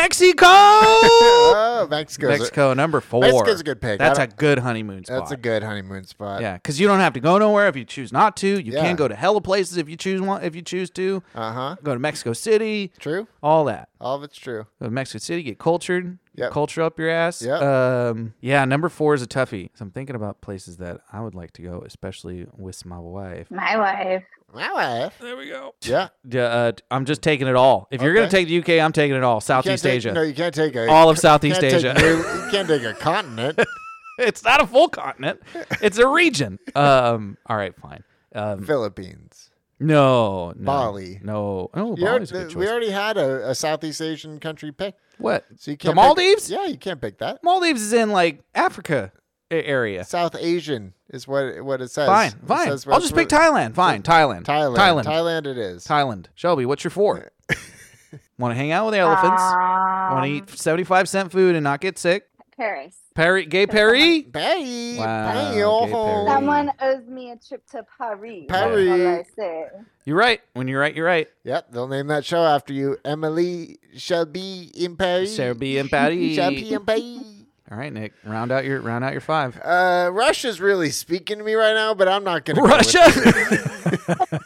[SPEAKER 2] Mexico.
[SPEAKER 1] Oh, *laughs* Mexico's
[SPEAKER 2] Mexico number four.
[SPEAKER 1] Mexico's a good pick. I
[SPEAKER 2] That's a
[SPEAKER 1] don't-
[SPEAKER 2] good honeymoon
[SPEAKER 1] A,
[SPEAKER 2] spot.
[SPEAKER 1] that's a good honeymoon spot.
[SPEAKER 2] Yeah, because you don't have to go nowhere if you choose not to. You
[SPEAKER 1] Yeah.
[SPEAKER 2] can go to hella places if you choose one. If you choose to,
[SPEAKER 1] Uh huh.
[SPEAKER 2] go to Mexico City,
[SPEAKER 1] True.
[SPEAKER 2] all that.
[SPEAKER 1] All of it's true.
[SPEAKER 2] Go to Mexico City, get cultured,
[SPEAKER 1] Yep.
[SPEAKER 2] culture up your ass.
[SPEAKER 1] Yep.
[SPEAKER 2] Um, yeah, number four is a toughie. So I'm thinking about places that I would like to go, especially with my wife.
[SPEAKER 4] My wife.
[SPEAKER 1] My wife.
[SPEAKER 2] *laughs* There we go.
[SPEAKER 1] Yeah.
[SPEAKER 2] Yeah, uh, I'm just taking it all. If you're gonna
[SPEAKER 1] Okay.
[SPEAKER 2] take the UK, I'm taking it all.
[SPEAKER 1] You
[SPEAKER 2] Southeast
[SPEAKER 1] can't take-
[SPEAKER 2] Asia,
[SPEAKER 1] No, you can't take a,
[SPEAKER 2] all of
[SPEAKER 1] you
[SPEAKER 2] Southeast
[SPEAKER 1] can't take
[SPEAKER 2] Asia.
[SPEAKER 1] new- you can't take a continent.
[SPEAKER 2] *laughs* it's not a full continent. It's a region. Um, all right, fine. Um,
[SPEAKER 1] Philippines.
[SPEAKER 2] no, no,
[SPEAKER 1] Bali.
[SPEAKER 2] No, no,
[SPEAKER 1] You
[SPEAKER 2] Bali's a
[SPEAKER 1] already-
[SPEAKER 2] good
[SPEAKER 1] we
[SPEAKER 2] choice.
[SPEAKER 1] already had a, a Southeast Asian country pick,
[SPEAKER 2] What?
[SPEAKER 1] so you
[SPEAKER 2] the
[SPEAKER 1] can't. pick-
[SPEAKER 2] Maldives?
[SPEAKER 1] yeah, you can't pick that.
[SPEAKER 2] Maldives is in like Africa a- area.
[SPEAKER 1] South Asian is what it, what it says.
[SPEAKER 2] Fine,
[SPEAKER 1] It
[SPEAKER 2] fine.
[SPEAKER 1] says-
[SPEAKER 2] I'll just pick Thailand. Fine, Thailand.
[SPEAKER 1] Thailand.
[SPEAKER 2] Thailand.
[SPEAKER 1] Thailand. It is.
[SPEAKER 2] Thailand. Shelby, what's your four?
[SPEAKER 1] *laughs*
[SPEAKER 2] Want to hang out with the elephants? Want to eat seventy-five cent food and not get sick?
[SPEAKER 4] Um, Paris.
[SPEAKER 2] Perry, gay Perry.
[SPEAKER 1] Bye.
[SPEAKER 2] Wow,
[SPEAKER 1] Bye,
[SPEAKER 2] okay,
[SPEAKER 1] y'all.
[SPEAKER 2] Perry.
[SPEAKER 4] Someone owes me a trip to Paris.
[SPEAKER 1] Paris.
[SPEAKER 4] That's what I say.
[SPEAKER 2] You're right. When you're right, you're right.
[SPEAKER 1] Yep, they'll name that show after you. Emily shall be in Paris.
[SPEAKER 2] Shelby
[SPEAKER 1] *laughs*
[SPEAKER 2] and
[SPEAKER 1] Shall be
[SPEAKER 2] Patty.
[SPEAKER 1] in Paris.
[SPEAKER 2] All right, Nick. Round out your round out
[SPEAKER 1] *laughs*
[SPEAKER 2] your five.
[SPEAKER 1] Uh, Russia's really speaking to me right now, but I'm not gonna. go with
[SPEAKER 2] Russia.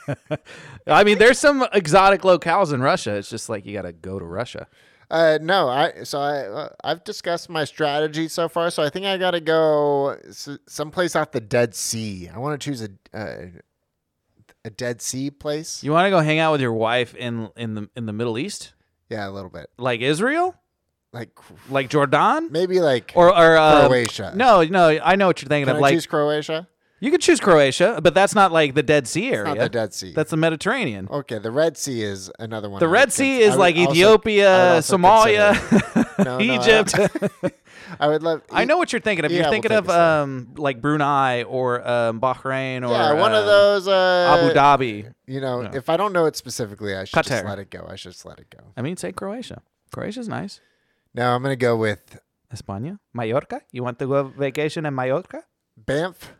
[SPEAKER 2] *laughs* I mean, there's some exotic locales in Russia. It's just like you got to go to Russia.
[SPEAKER 1] Uh, no, I so I uh, I've discussed my strategy so far. So I think I gotta go s- someplace off the Dead Sea. I want to choose a uh, a Dead Sea place.
[SPEAKER 2] You want to go hang out with your wife in in the in the Middle East,
[SPEAKER 1] yeah, a little bit
[SPEAKER 2] like Israel,
[SPEAKER 1] like
[SPEAKER 2] like Jordan,
[SPEAKER 1] maybe like
[SPEAKER 2] or or uh,
[SPEAKER 1] Croatia.
[SPEAKER 2] No, no, I know what you're thinking
[SPEAKER 1] Can
[SPEAKER 2] of.
[SPEAKER 1] I
[SPEAKER 2] like
[SPEAKER 1] choose Croatia?
[SPEAKER 2] you could choose Croatia, but that's not like the Dead Sea
[SPEAKER 1] It's
[SPEAKER 2] area.
[SPEAKER 1] Not the Dead Sea.
[SPEAKER 2] That's the Mediterranean.
[SPEAKER 1] okay. The Red Sea is another one.
[SPEAKER 2] The
[SPEAKER 1] I would
[SPEAKER 2] Red Sea
[SPEAKER 1] cons- I
[SPEAKER 2] is
[SPEAKER 1] would
[SPEAKER 2] like
[SPEAKER 1] also- I
[SPEAKER 2] Ethiopia,
[SPEAKER 1] would also consider it.
[SPEAKER 2] *laughs*
[SPEAKER 1] No,
[SPEAKER 2] Somalia,
[SPEAKER 1] no, I-
[SPEAKER 2] Egypt.
[SPEAKER 1] *laughs* I would love.
[SPEAKER 2] *laughs* I know what you're thinking of.
[SPEAKER 1] Yeah,
[SPEAKER 2] you're
[SPEAKER 1] we'll
[SPEAKER 2] thinking
[SPEAKER 1] take
[SPEAKER 2] of
[SPEAKER 1] us there.
[SPEAKER 2] um, like Brunei or um, Bahrain or
[SPEAKER 1] Yeah, one of
[SPEAKER 2] um,
[SPEAKER 1] those. Uh,
[SPEAKER 2] Abu Dhabi.
[SPEAKER 1] You know,
[SPEAKER 2] No.
[SPEAKER 1] if I don't know it specifically, I should just
[SPEAKER 2] Qatar.
[SPEAKER 1] let it go. I should just let it go.
[SPEAKER 2] I mean, say Croatia. Croatia's nice.
[SPEAKER 1] No, I'm gonna go with
[SPEAKER 2] España? Mallorca? You want to go vacation in Mallorca?
[SPEAKER 1] Banff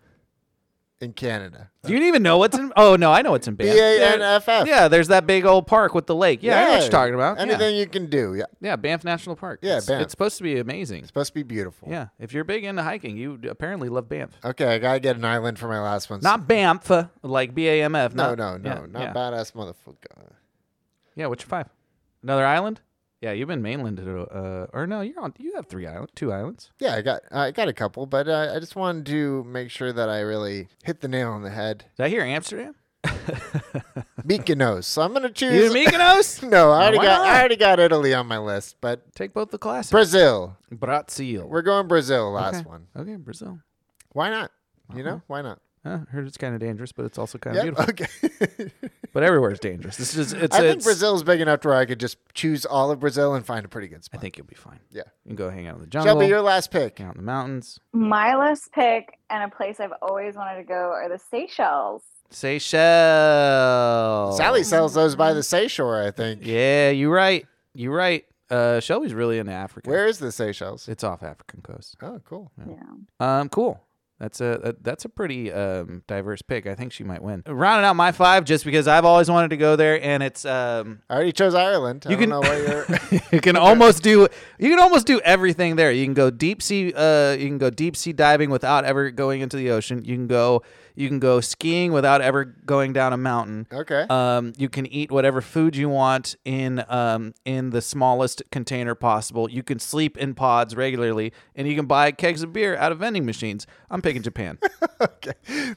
[SPEAKER 1] in Canada.
[SPEAKER 2] Do you even know what's in? Oh no, I know what's in
[SPEAKER 1] B *laughs*
[SPEAKER 2] Banff.
[SPEAKER 1] A N F F.
[SPEAKER 2] Yeah, there's that big old park with the lake. Yeah, I know what you're talking about. Yeah.
[SPEAKER 1] Anything you can do. Yeah.
[SPEAKER 2] yeah, Banff National Park.
[SPEAKER 1] Yeah,
[SPEAKER 2] it's,
[SPEAKER 1] Banff.
[SPEAKER 2] it's supposed to be amazing.
[SPEAKER 1] Supposed to be beautiful.
[SPEAKER 2] Yeah, if you're big into hiking, you d- apparently love Banff.
[SPEAKER 1] Okay, I gotta get an island for my last one.
[SPEAKER 2] Not Banff, uh, like B A M F.
[SPEAKER 1] No,
[SPEAKER 2] not-
[SPEAKER 1] no, no,
[SPEAKER 2] yeah,
[SPEAKER 1] not
[SPEAKER 2] yeah.
[SPEAKER 1] badass motherfucker.
[SPEAKER 2] Yeah, what's your five? Another island? Yeah, you've been mainlanded, uh, or no? You're on. You have three island, two islands.
[SPEAKER 1] Yeah, I got I got a couple, but uh, I just wanted to make sure that I really hit the nail on the
[SPEAKER 2] *laughs*
[SPEAKER 1] head.
[SPEAKER 2] Did I hear Amsterdam?
[SPEAKER 1] Mykonos. So I'm gonna choose.
[SPEAKER 2] You in Mykonos?
[SPEAKER 1] *laughs* no, I already
[SPEAKER 2] Why
[SPEAKER 1] got
[SPEAKER 2] not?
[SPEAKER 1] I already got Italy on my list, but
[SPEAKER 2] Take both the classes.
[SPEAKER 1] Brazil.
[SPEAKER 2] Brazil.
[SPEAKER 1] We're going Brazil last
[SPEAKER 2] okay.
[SPEAKER 1] one.
[SPEAKER 2] Okay, Brazil.
[SPEAKER 1] Why not? You know why not?
[SPEAKER 2] Uh, I heard it's kind of dangerous, but it's also kind of
[SPEAKER 1] Yeah. Okay.
[SPEAKER 2] beautiful.
[SPEAKER 1] *laughs*
[SPEAKER 2] But everywhere's dangerous. This is it's.
[SPEAKER 1] I think
[SPEAKER 2] it's-
[SPEAKER 1] Brazil's big enough to where I could just choose all of Brazil and find a pretty good
[SPEAKER 2] I
[SPEAKER 1] spot.
[SPEAKER 2] think you'll be fine.
[SPEAKER 1] Yeah.
[SPEAKER 2] You can go hang out in the jungle.
[SPEAKER 1] Shelby, your last pick.
[SPEAKER 2] hang out in the mountains.
[SPEAKER 4] My last pick and a place I've always wanted to go are the Seychelles.
[SPEAKER 2] Seychelles.
[SPEAKER 1] Sally sells those by the seashore, I think.
[SPEAKER 2] Oh. Yeah, you right. You right. Uh, Shelby's really into Africa.
[SPEAKER 1] Where is the Seychelles?
[SPEAKER 2] It's off African coast.
[SPEAKER 1] Oh, cool.
[SPEAKER 2] Um, cool. That's a, a that's a pretty um, diverse pick. I think she might win. Rounding out my five, just because I've always wanted to go there, and it's um,
[SPEAKER 1] I already chose Ireland.
[SPEAKER 2] You
[SPEAKER 1] I
[SPEAKER 2] can-
[SPEAKER 1] don't know why you're.
[SPEAKER 2] *laughs* you can almost do you can almost do everything there. You can go deep sea uh, you can go deep sea diving without ever going into the ocean. You can go you can go skiing without ever going down a mountain.
[SPEAKER 1] Okay.
[SPEAKER 2] Um, you can eat whatever food you want in um, in the smallest container possible. You can sleep in pods regularly, and you can buy kegs of beer out of vending machines. I'm picking
[SPEAKER 1] *laughs*
[SPEAKER 2] Japan.
[SPEAKER 1] *laughs* okay.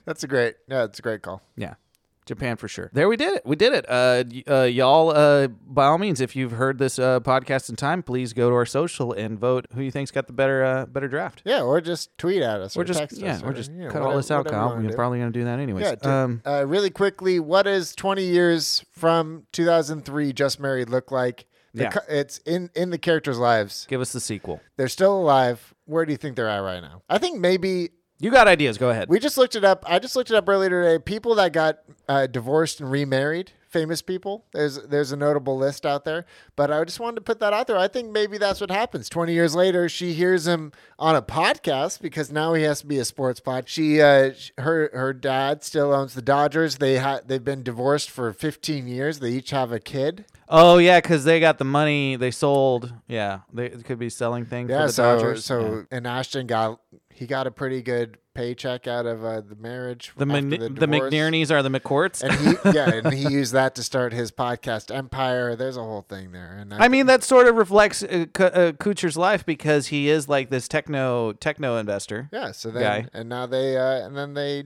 [SPEAKER 1] That's a great. Yeah, that's a great call.
[SPEAKER 2] Yeah. Japan for sure. There we did it. We did it. Uh, y- uh, y'all, uh, by all means, if you've heard this uh, podcast in time, please go to our social and vote who you think's got the better uh, better draft.
[SPEAKER 1] Yeah, or just tweet at us.
[SPEAKER 2] We're
[SPEAKER 1] Or
[SPEAKER 2] just
[SPEAKER 1] text
[SPEAKER 2] yeah,
[SPEAKER 1] us
[SPEAKER 2] we're
[SPEAKER 1] or,
[SPEAKER 2] just
[SPEAKER 1] you know,
[SPEAKER 2] cut all
[SPEAKER 1] whatever-
[SPEAKER 2] this out,
[SPEAKER 1] whatever you
[SPEAKER 2] Kyle.
[SPEAKER 1] wanna
[SPEAKER 2] We're
[SPEAKER 1] do.
[SPEAKER 2] probably gonna do that anyways.
[SPEAKER 1] Yeah, do-
[SPEAKER 2] um,
[SPEAKER 1] uh, really quickly, what is 20 years from 2003 Just Married look like? The
[SPEAKER 2] Yeah.
[SPEAKER 1] co- it's in in the characters' lives.
[SPEAKER 2] give us the sequel.
[SPEAKER 1] They're still alive. Where do you think they're at right now? I think maybe
[SPEAKER 2] You got ideas? Go ahead.
[SPEAKER 1] we just looked it up. I just looked it up earlier today. People that got uh, divorced and remarried, famous people. There's there's a notable list out there. But I just wanted to put that out there. I think maybe that's what happens. Twenty years later, she hears him on a podcast because now he has to be a sports pod. She uh, sh- her her dad still owns the Dodgers. They ha- they've been divorced for 15 years. They each have a kid.
[SPEAKER 2] oh yeah, because they got the money. They sold. Yeah, they could be selling things. for
[SPEAKER 1] Yeah.
[SPEAKER 2] the
[SPEAKER 1] So
[SPEAKER 2] Dodgers.
[SPEAKER 1] so
[SPEAKER 2] Yeah.
[SPEAKER 1] and Ashton got he got a pretty good paycheck out of uh, the marriage.
[SPEAKER 2] the
[SPEAKER 1] after
[SPEAKER 2] Man- the,
[SPEAKER 1] divorce.
[SPEAKER 2] McNierneys are the
[SPEAKER 1] *laughs*
[SPEAKER 2] McCourts.
[SPEAKER 1] and he yeah, and he used that to start his podcast empire. There's a whole thing there, and
[SPEAKER 2] *laughs* I mean, that sort of reflects uh, K- uh, Kuchar's life because he is like this techno techno investor.
[SPEAKER 1] yeah. So then
[SPEAKER 2] guy.
[SPEAKER 1] and now they uh, and then they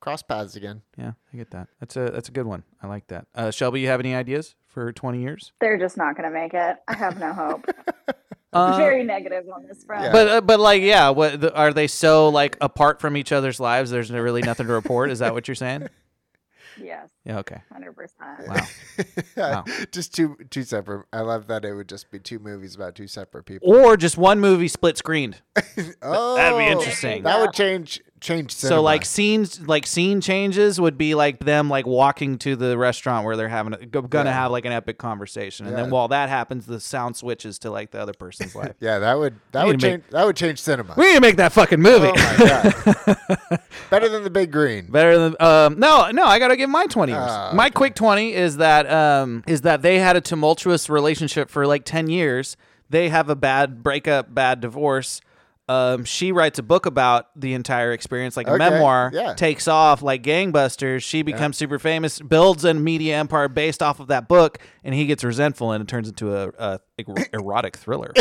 [SPEAKER 1] cross paths again.
[SPEAKER 2] Yeah, I get that. That's a that's a good one. I like that. Uh, Shelby, you have any ideas for twenty years?
[SPEAKER 4] They're just not going to make it. I have no hope.
[SPEAKER 2] Uh,
[SPEAKER 4] Very negative on this front.
[SPEAKER 2] But uh, but like yeah, what the, are they so like apart from each other's lives? There's really nothing to report. Is that what
[SPEAKER 1] *laughs*
[SPEAKER 2] you're saying?
[SPEAKER 4] yes,
[SPEAKER 2] Yeah. Okay.
[SPEAKER 4] 100%.
[SPEAKER 2] Wow. Wow.
[SPEAKER 1] *laughs* just two two separate. I love that it would just be two movies about two separate people.
[SPEAKER 2] Or just one movie split screened.
[SPEAKER 1] Oh,
[SPEAKER 2] that'd be interesting.
[SPEAKER 1] That would change change. Cinema.
[SPEAKER 2] So like scenes like scene changes would be like them like walking to the restaurant where they're having a, go- gonna have like an epic conversation, and then while that happens, the sound switches to like the other person's life.
[SPEAKER 1] yeah, that would that
[SPEAKER 2] We
[SPEAKER 1] would
[SPEAKER 2] need to
[SPEAKER 1] change that would change cinema.
[SPEAKER 2] *laughs* We need to make that fucking movie.
[SPEAKER 1] oh my god,
[SPEAKER 2] *laughs*
[SPEAKER 1] better than the Big Green.
[SPEAKER 2] Better than um, no, no. I gotta give my twenty years.
[SPEAKER 1] Ah,
[SPEAKER 2] my quick twenty is that um, is that they had a tumultuous relationship for like ten years. They have a bad breakup, bad divorce. Um, she writes a book about the entire experience, like a
[SPEAKER 1] Okay,
[SPEAKER 2] memoir.
[SPEAKER 1] yeah.
[SPEAKER 2] Takes off like gangbusters. She becomes super famous, builds a media empire based off of that book, and he gets resentful, and it turns into a, a er- *coughs*
[SPEAKER 1] *laughs*
[SPEAKER 2] erotic thriller.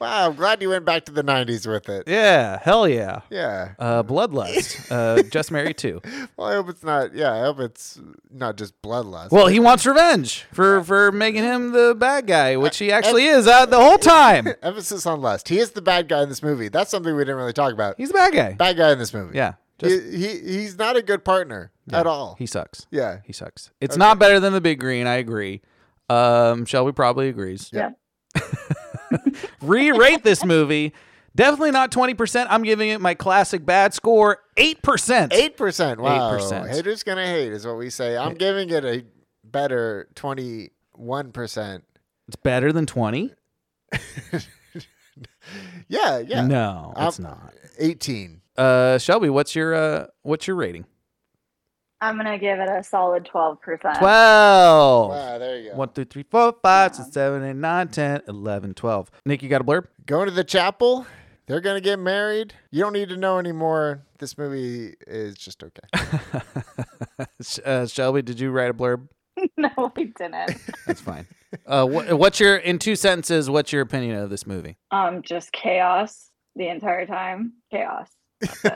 [SPEAKER 1] Wow, I'm glad you went back to the '90s with it.
[SPEAKER 2] yeah, hell yeah.
[SPEAKER 1] Yeah.
[SPEAKER 2] Uh, bloodlust. Uh, just married two.
[SPEAKER 1] Well, I hope it's not. Yeah, I hope it's not just bloodlust.
[SPEAKER 2] Well, he wants revenge for for making him the bad guy, which he actually is uh, the
[SPEAKER 1] *laughs*
[SPEAKER 2] whole time.
[SPEAKER 1] Emphasis on lust. He is the bad guy in this movie. That's something we didn't really talk about.
[SPEAKER 2] He's the bad guy.
[SPEAKER 1] bad guy in this movie.
[SPEAKER 2] Yeah,
[SPEAKER 1] he, he he's not a good partner at all.
[SPEAKER 2] He sucks.
[SPEAKER 1] yeah.
[SPEAKER 2] He sucks. It's not better than the big green. I agree. Um, Shelby probably agrees. *laughs*
[SPEAKER 4] Yeah.
[SPEAKER 2] Re-rate this movie. Definitely not twenty percent. I'm giving it my classic bad score, eight percent.
[SPEAKER 1] Eight percent. Wow.
[SPEAKER 2] 8%.
[SPEAKER 1] Haters gonna hate is what we say. I'm giving it a better twenty one percent.
[SPEAKER 2] It's better than twenty.
[SPEAKER 1] yeah, yeah.
[SPEAKER 2] No,
[SPEAKER 1] I'm-
[SPEAKER 2] it's not.
[SPEAKER 1] 18.
[SPEAKER 2] Uh, Shelby, what's your uh, what's your rating?
[SPEAKER 4] I'm gonna give it a solid twelve percent.
[SPEAKER 2] Twelve.
[SPEAKER 1] Wow, Ah, there you go.
[SPEAKER 2] One, two, three, four, five, six, seven, eight, nine, ten, eleven, twelve. Nick, you got a *laughs* blurb?
[SPEAKER 1] Going to the chapel. They're going to get married. You don't need to know anymore. This movie is just
[SPEAKER 2] *laughs*
[SPEAKER 1] okay.
[SPEAKER 2] Sh- Uh, Shelby, did you write a blurb?
[SPEAKER 4] *laughs* No, I didn't.
[SPEAKER 2] That's fine. *laughs* uh, wha- what's your in two sentences? What's your opinion of this movie?
[SPEAKER 4] Um, just chaos the entire time. Chaos.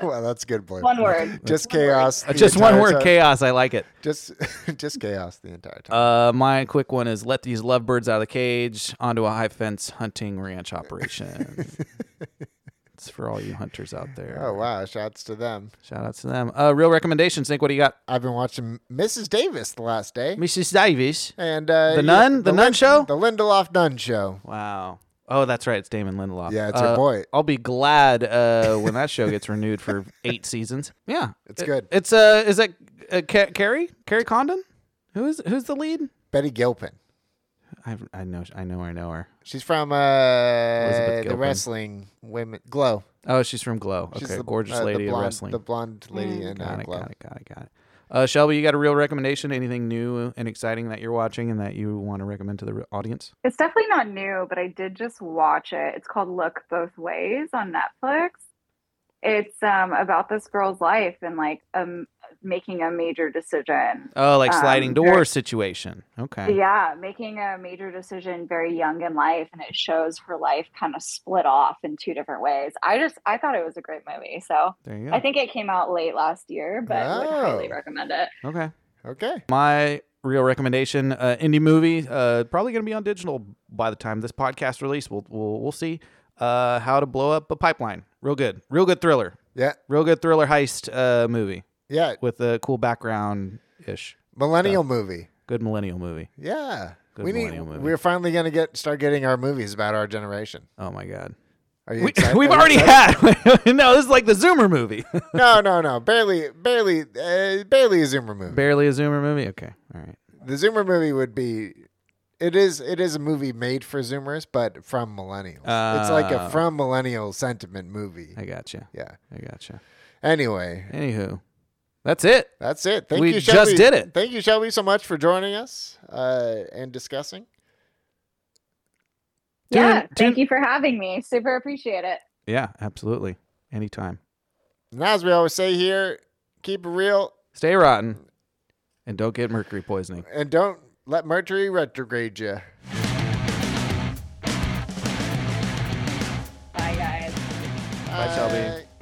[SPEAKER 1] well, that's a good point.
[SPEAKER 4] One word.
[SPEAKER 1] Just chaos.
[SPEAKER 2] Uh,
[SPEAKER 1] the
[SPEAKER 2] just one
[SPEAKER 1] entire
[SPEAKER 2] word:
[SPEAKER 1] time.
[SPEAKER 2] chaos. I like it.
[SPEAKER 1] Just, *laughs* just chaos the entire time.
[SPEAKER 2] Uh, my quick one is let these lovebirds out of the cage onto a high fence hunting
[SPEAKER 1] *laughs*
[SPEAKER 2] ranch operation. it's for all you hunters out there.
[SPEAKER 1] oh wow! Shouts to them.
[SPEAKER 2] Shout out to them. Uh, real recommendations, Nick. What do you got?
[SPEAKER 1] I've been watching Mrs. Davis the last day,
[SPEAKER 2] Mrs. Davies.
[SPEAKER 1] and uh,
[SPEAKER 2] The Nun? The Nun
[SPEAKER 1] Lin-
[SPEAKER 2] Show?
[SPEAKER 1] the Lindelof Nun Show.
[SPEAKER 2] Wow. Oh, that's right. It's Damon Lindelof.
[SPEAKER 1] Yeah, it's
[SPEAKER 2] uh,
[SPEAKER 1] your boy.
[SPEAKER 2] I'll be glad uh, when that show gets renewed
[SPEAKER 1] *laughs*
[SPEAKER 2] for eight seasons. Yeah,
[SPEAKER 1] It's
[SPEAKER 2] It-
[SPEAKER 1] good.
[SPEAKER 2] It's uh, is that uh, Ca- Carrie? Carrie Condon? Who is who's the lead?
[SPEAKER 1] Betty Gilpin.
[SPEAKER 2] I I know I know I know her.
[SPEAKER 1] She's from uh, the
[SPEAKER 2] Gilpin.
[SPEAKER 1] wrestling women Glow.
[SPEAKER 2] Oh, she's from Glow.
[SPEAKER 1] She's
[SPEAKER 2] okay,
[SPEAKER 1] the
[SPEAKER 2] gorgeous
[SPEAKER 1] uh,
[SPEAKER 2] lady
[SPEAKER 1] the
[SPEAKER 2] of
[SPEAKER 1] blonde,
[SPEAKER 2] wrestling. Hmm,
[SPEAKER 1] The blonde lady in uh,
[SPEAKER 2] got it,
[SPEAKER 1] Glow.
[SPEAKER 2] got it, got it, got it. Uh, Shelby, you got a real recommendation? Anything new and exciting that you're watching and that you want to recommend to the re- audience?
[SPEAKER 4] It's definitely not new, but I did just watch it. It's called Look Both Ways on Netflix. It's um about this girl's life and like um making a major decision.
[SPEAKER 2] Oh, like sliding
[SPEAKER 4] Um,
[SPEAKER 2] door
[SPEAKER 4] there-
[SPEAKER 2] situation. Okay.
[SPEAKER 4] Yeah, making a major decision very young in life and it shows her life kind of split off in two different ways. I just I thought it was a great movie. So
[SPEAKER 2] There you
[SPEAKER 4] I
[SPEAKER 2] go.
[SPEAKER 4] think it came out late last year, but would highly
[SPEAKER 1] Oh.
[SPEAKER 4] recommend it.
[SPEAKER 2] Okay.
[SPEAKER 1] Okay.
[SPEAKER 2] My real recommendation: uh, indie movie. Uh, probably going to be on digital by the time this podcast release. We'll we'll, we'll see. Uh, how to blow up a pipeline. Real good. Real good thriller.
[SPEAKER 1] Yeah.
[SPEAKER 2] Real good thriller heist uh, movie
[SPEAKER 1] Yeah.
[SPEAKER 2] with a cool background ish.
[SPEAKER 1] Millennial movie.
[SPEAKER 2] Good millennial movie.
[SPEAKER 1] Yeah.
[SPEAKER 2] Good
[SPEAKER 1] we need.
[SPEAKER 2] millennial movie.
[SPEAKER 1] We're finally gonna get start getting our movies about our generation.
[SPEAKER 2] Oh my god.
[SPEAKER 1] Are you?
[SPEAKER 2] We, *laughs*
[SPEAKER 1] excited?
[SPEAKER 2] we've
[SPEAKER 1] Are you
[SPEAKER 2] already
[SPEAKER 1] excited?
[SPEAKER 2] had. *laughs* no, this is like the Zoomer movie. *laughs*
[SPEAKER 1] No, no, no. Barely, barely, uh, barely a Zoomer movie.
[SPEAKER 2] Barely a Zoomer movie. Okay. All right.
[SPEAKER 1] the Zoomer movie would be. It is. It is a movie made for Zoomers, but from millennials. it's like a
[SPEAKER 2] Ah.
[SPEAKER 1] from millennial sentiment movie.
[SPEAKER 2] I gotcha.
[SPEAKER 1] yeah.
[SPEAKER 2] I gotcha.
[SPEAKER 1] Anyway,
[SPEAKER 2] Anywho, that's it.
[SPEAKER 1] that's it. Thank
[SPEAKER 2] We
[SPEAKER 1] you.
[SPEAKER 2] just
[SPEAKER 1] Shelby.
[SPEAKER 2] did it.
[SPEAKER 1] Thank you, Shelby, so much for joining us uh, and discussing.
[SPEAKER 4] yeah,
[SPEAKER 2] Tune-
[SPEAKER 4] thank
[SPEAKER 2] tune-
[SPEAKER 4] you for having me. Super appreciate it.
[SPEAKER 2] Yeah, absolutely. Anytime.
[SPEAKER 1] And as we always say here, keep it real
[SPEAKER 2] Stay rotten and don't get mercury poisoning.
[SPEAKER 1] and don't let Mercury retrograde you.
[SPEAKER 4] Bye guys.
[SPEAKER 1] Bye,
[SPEAKER 2] Shelby.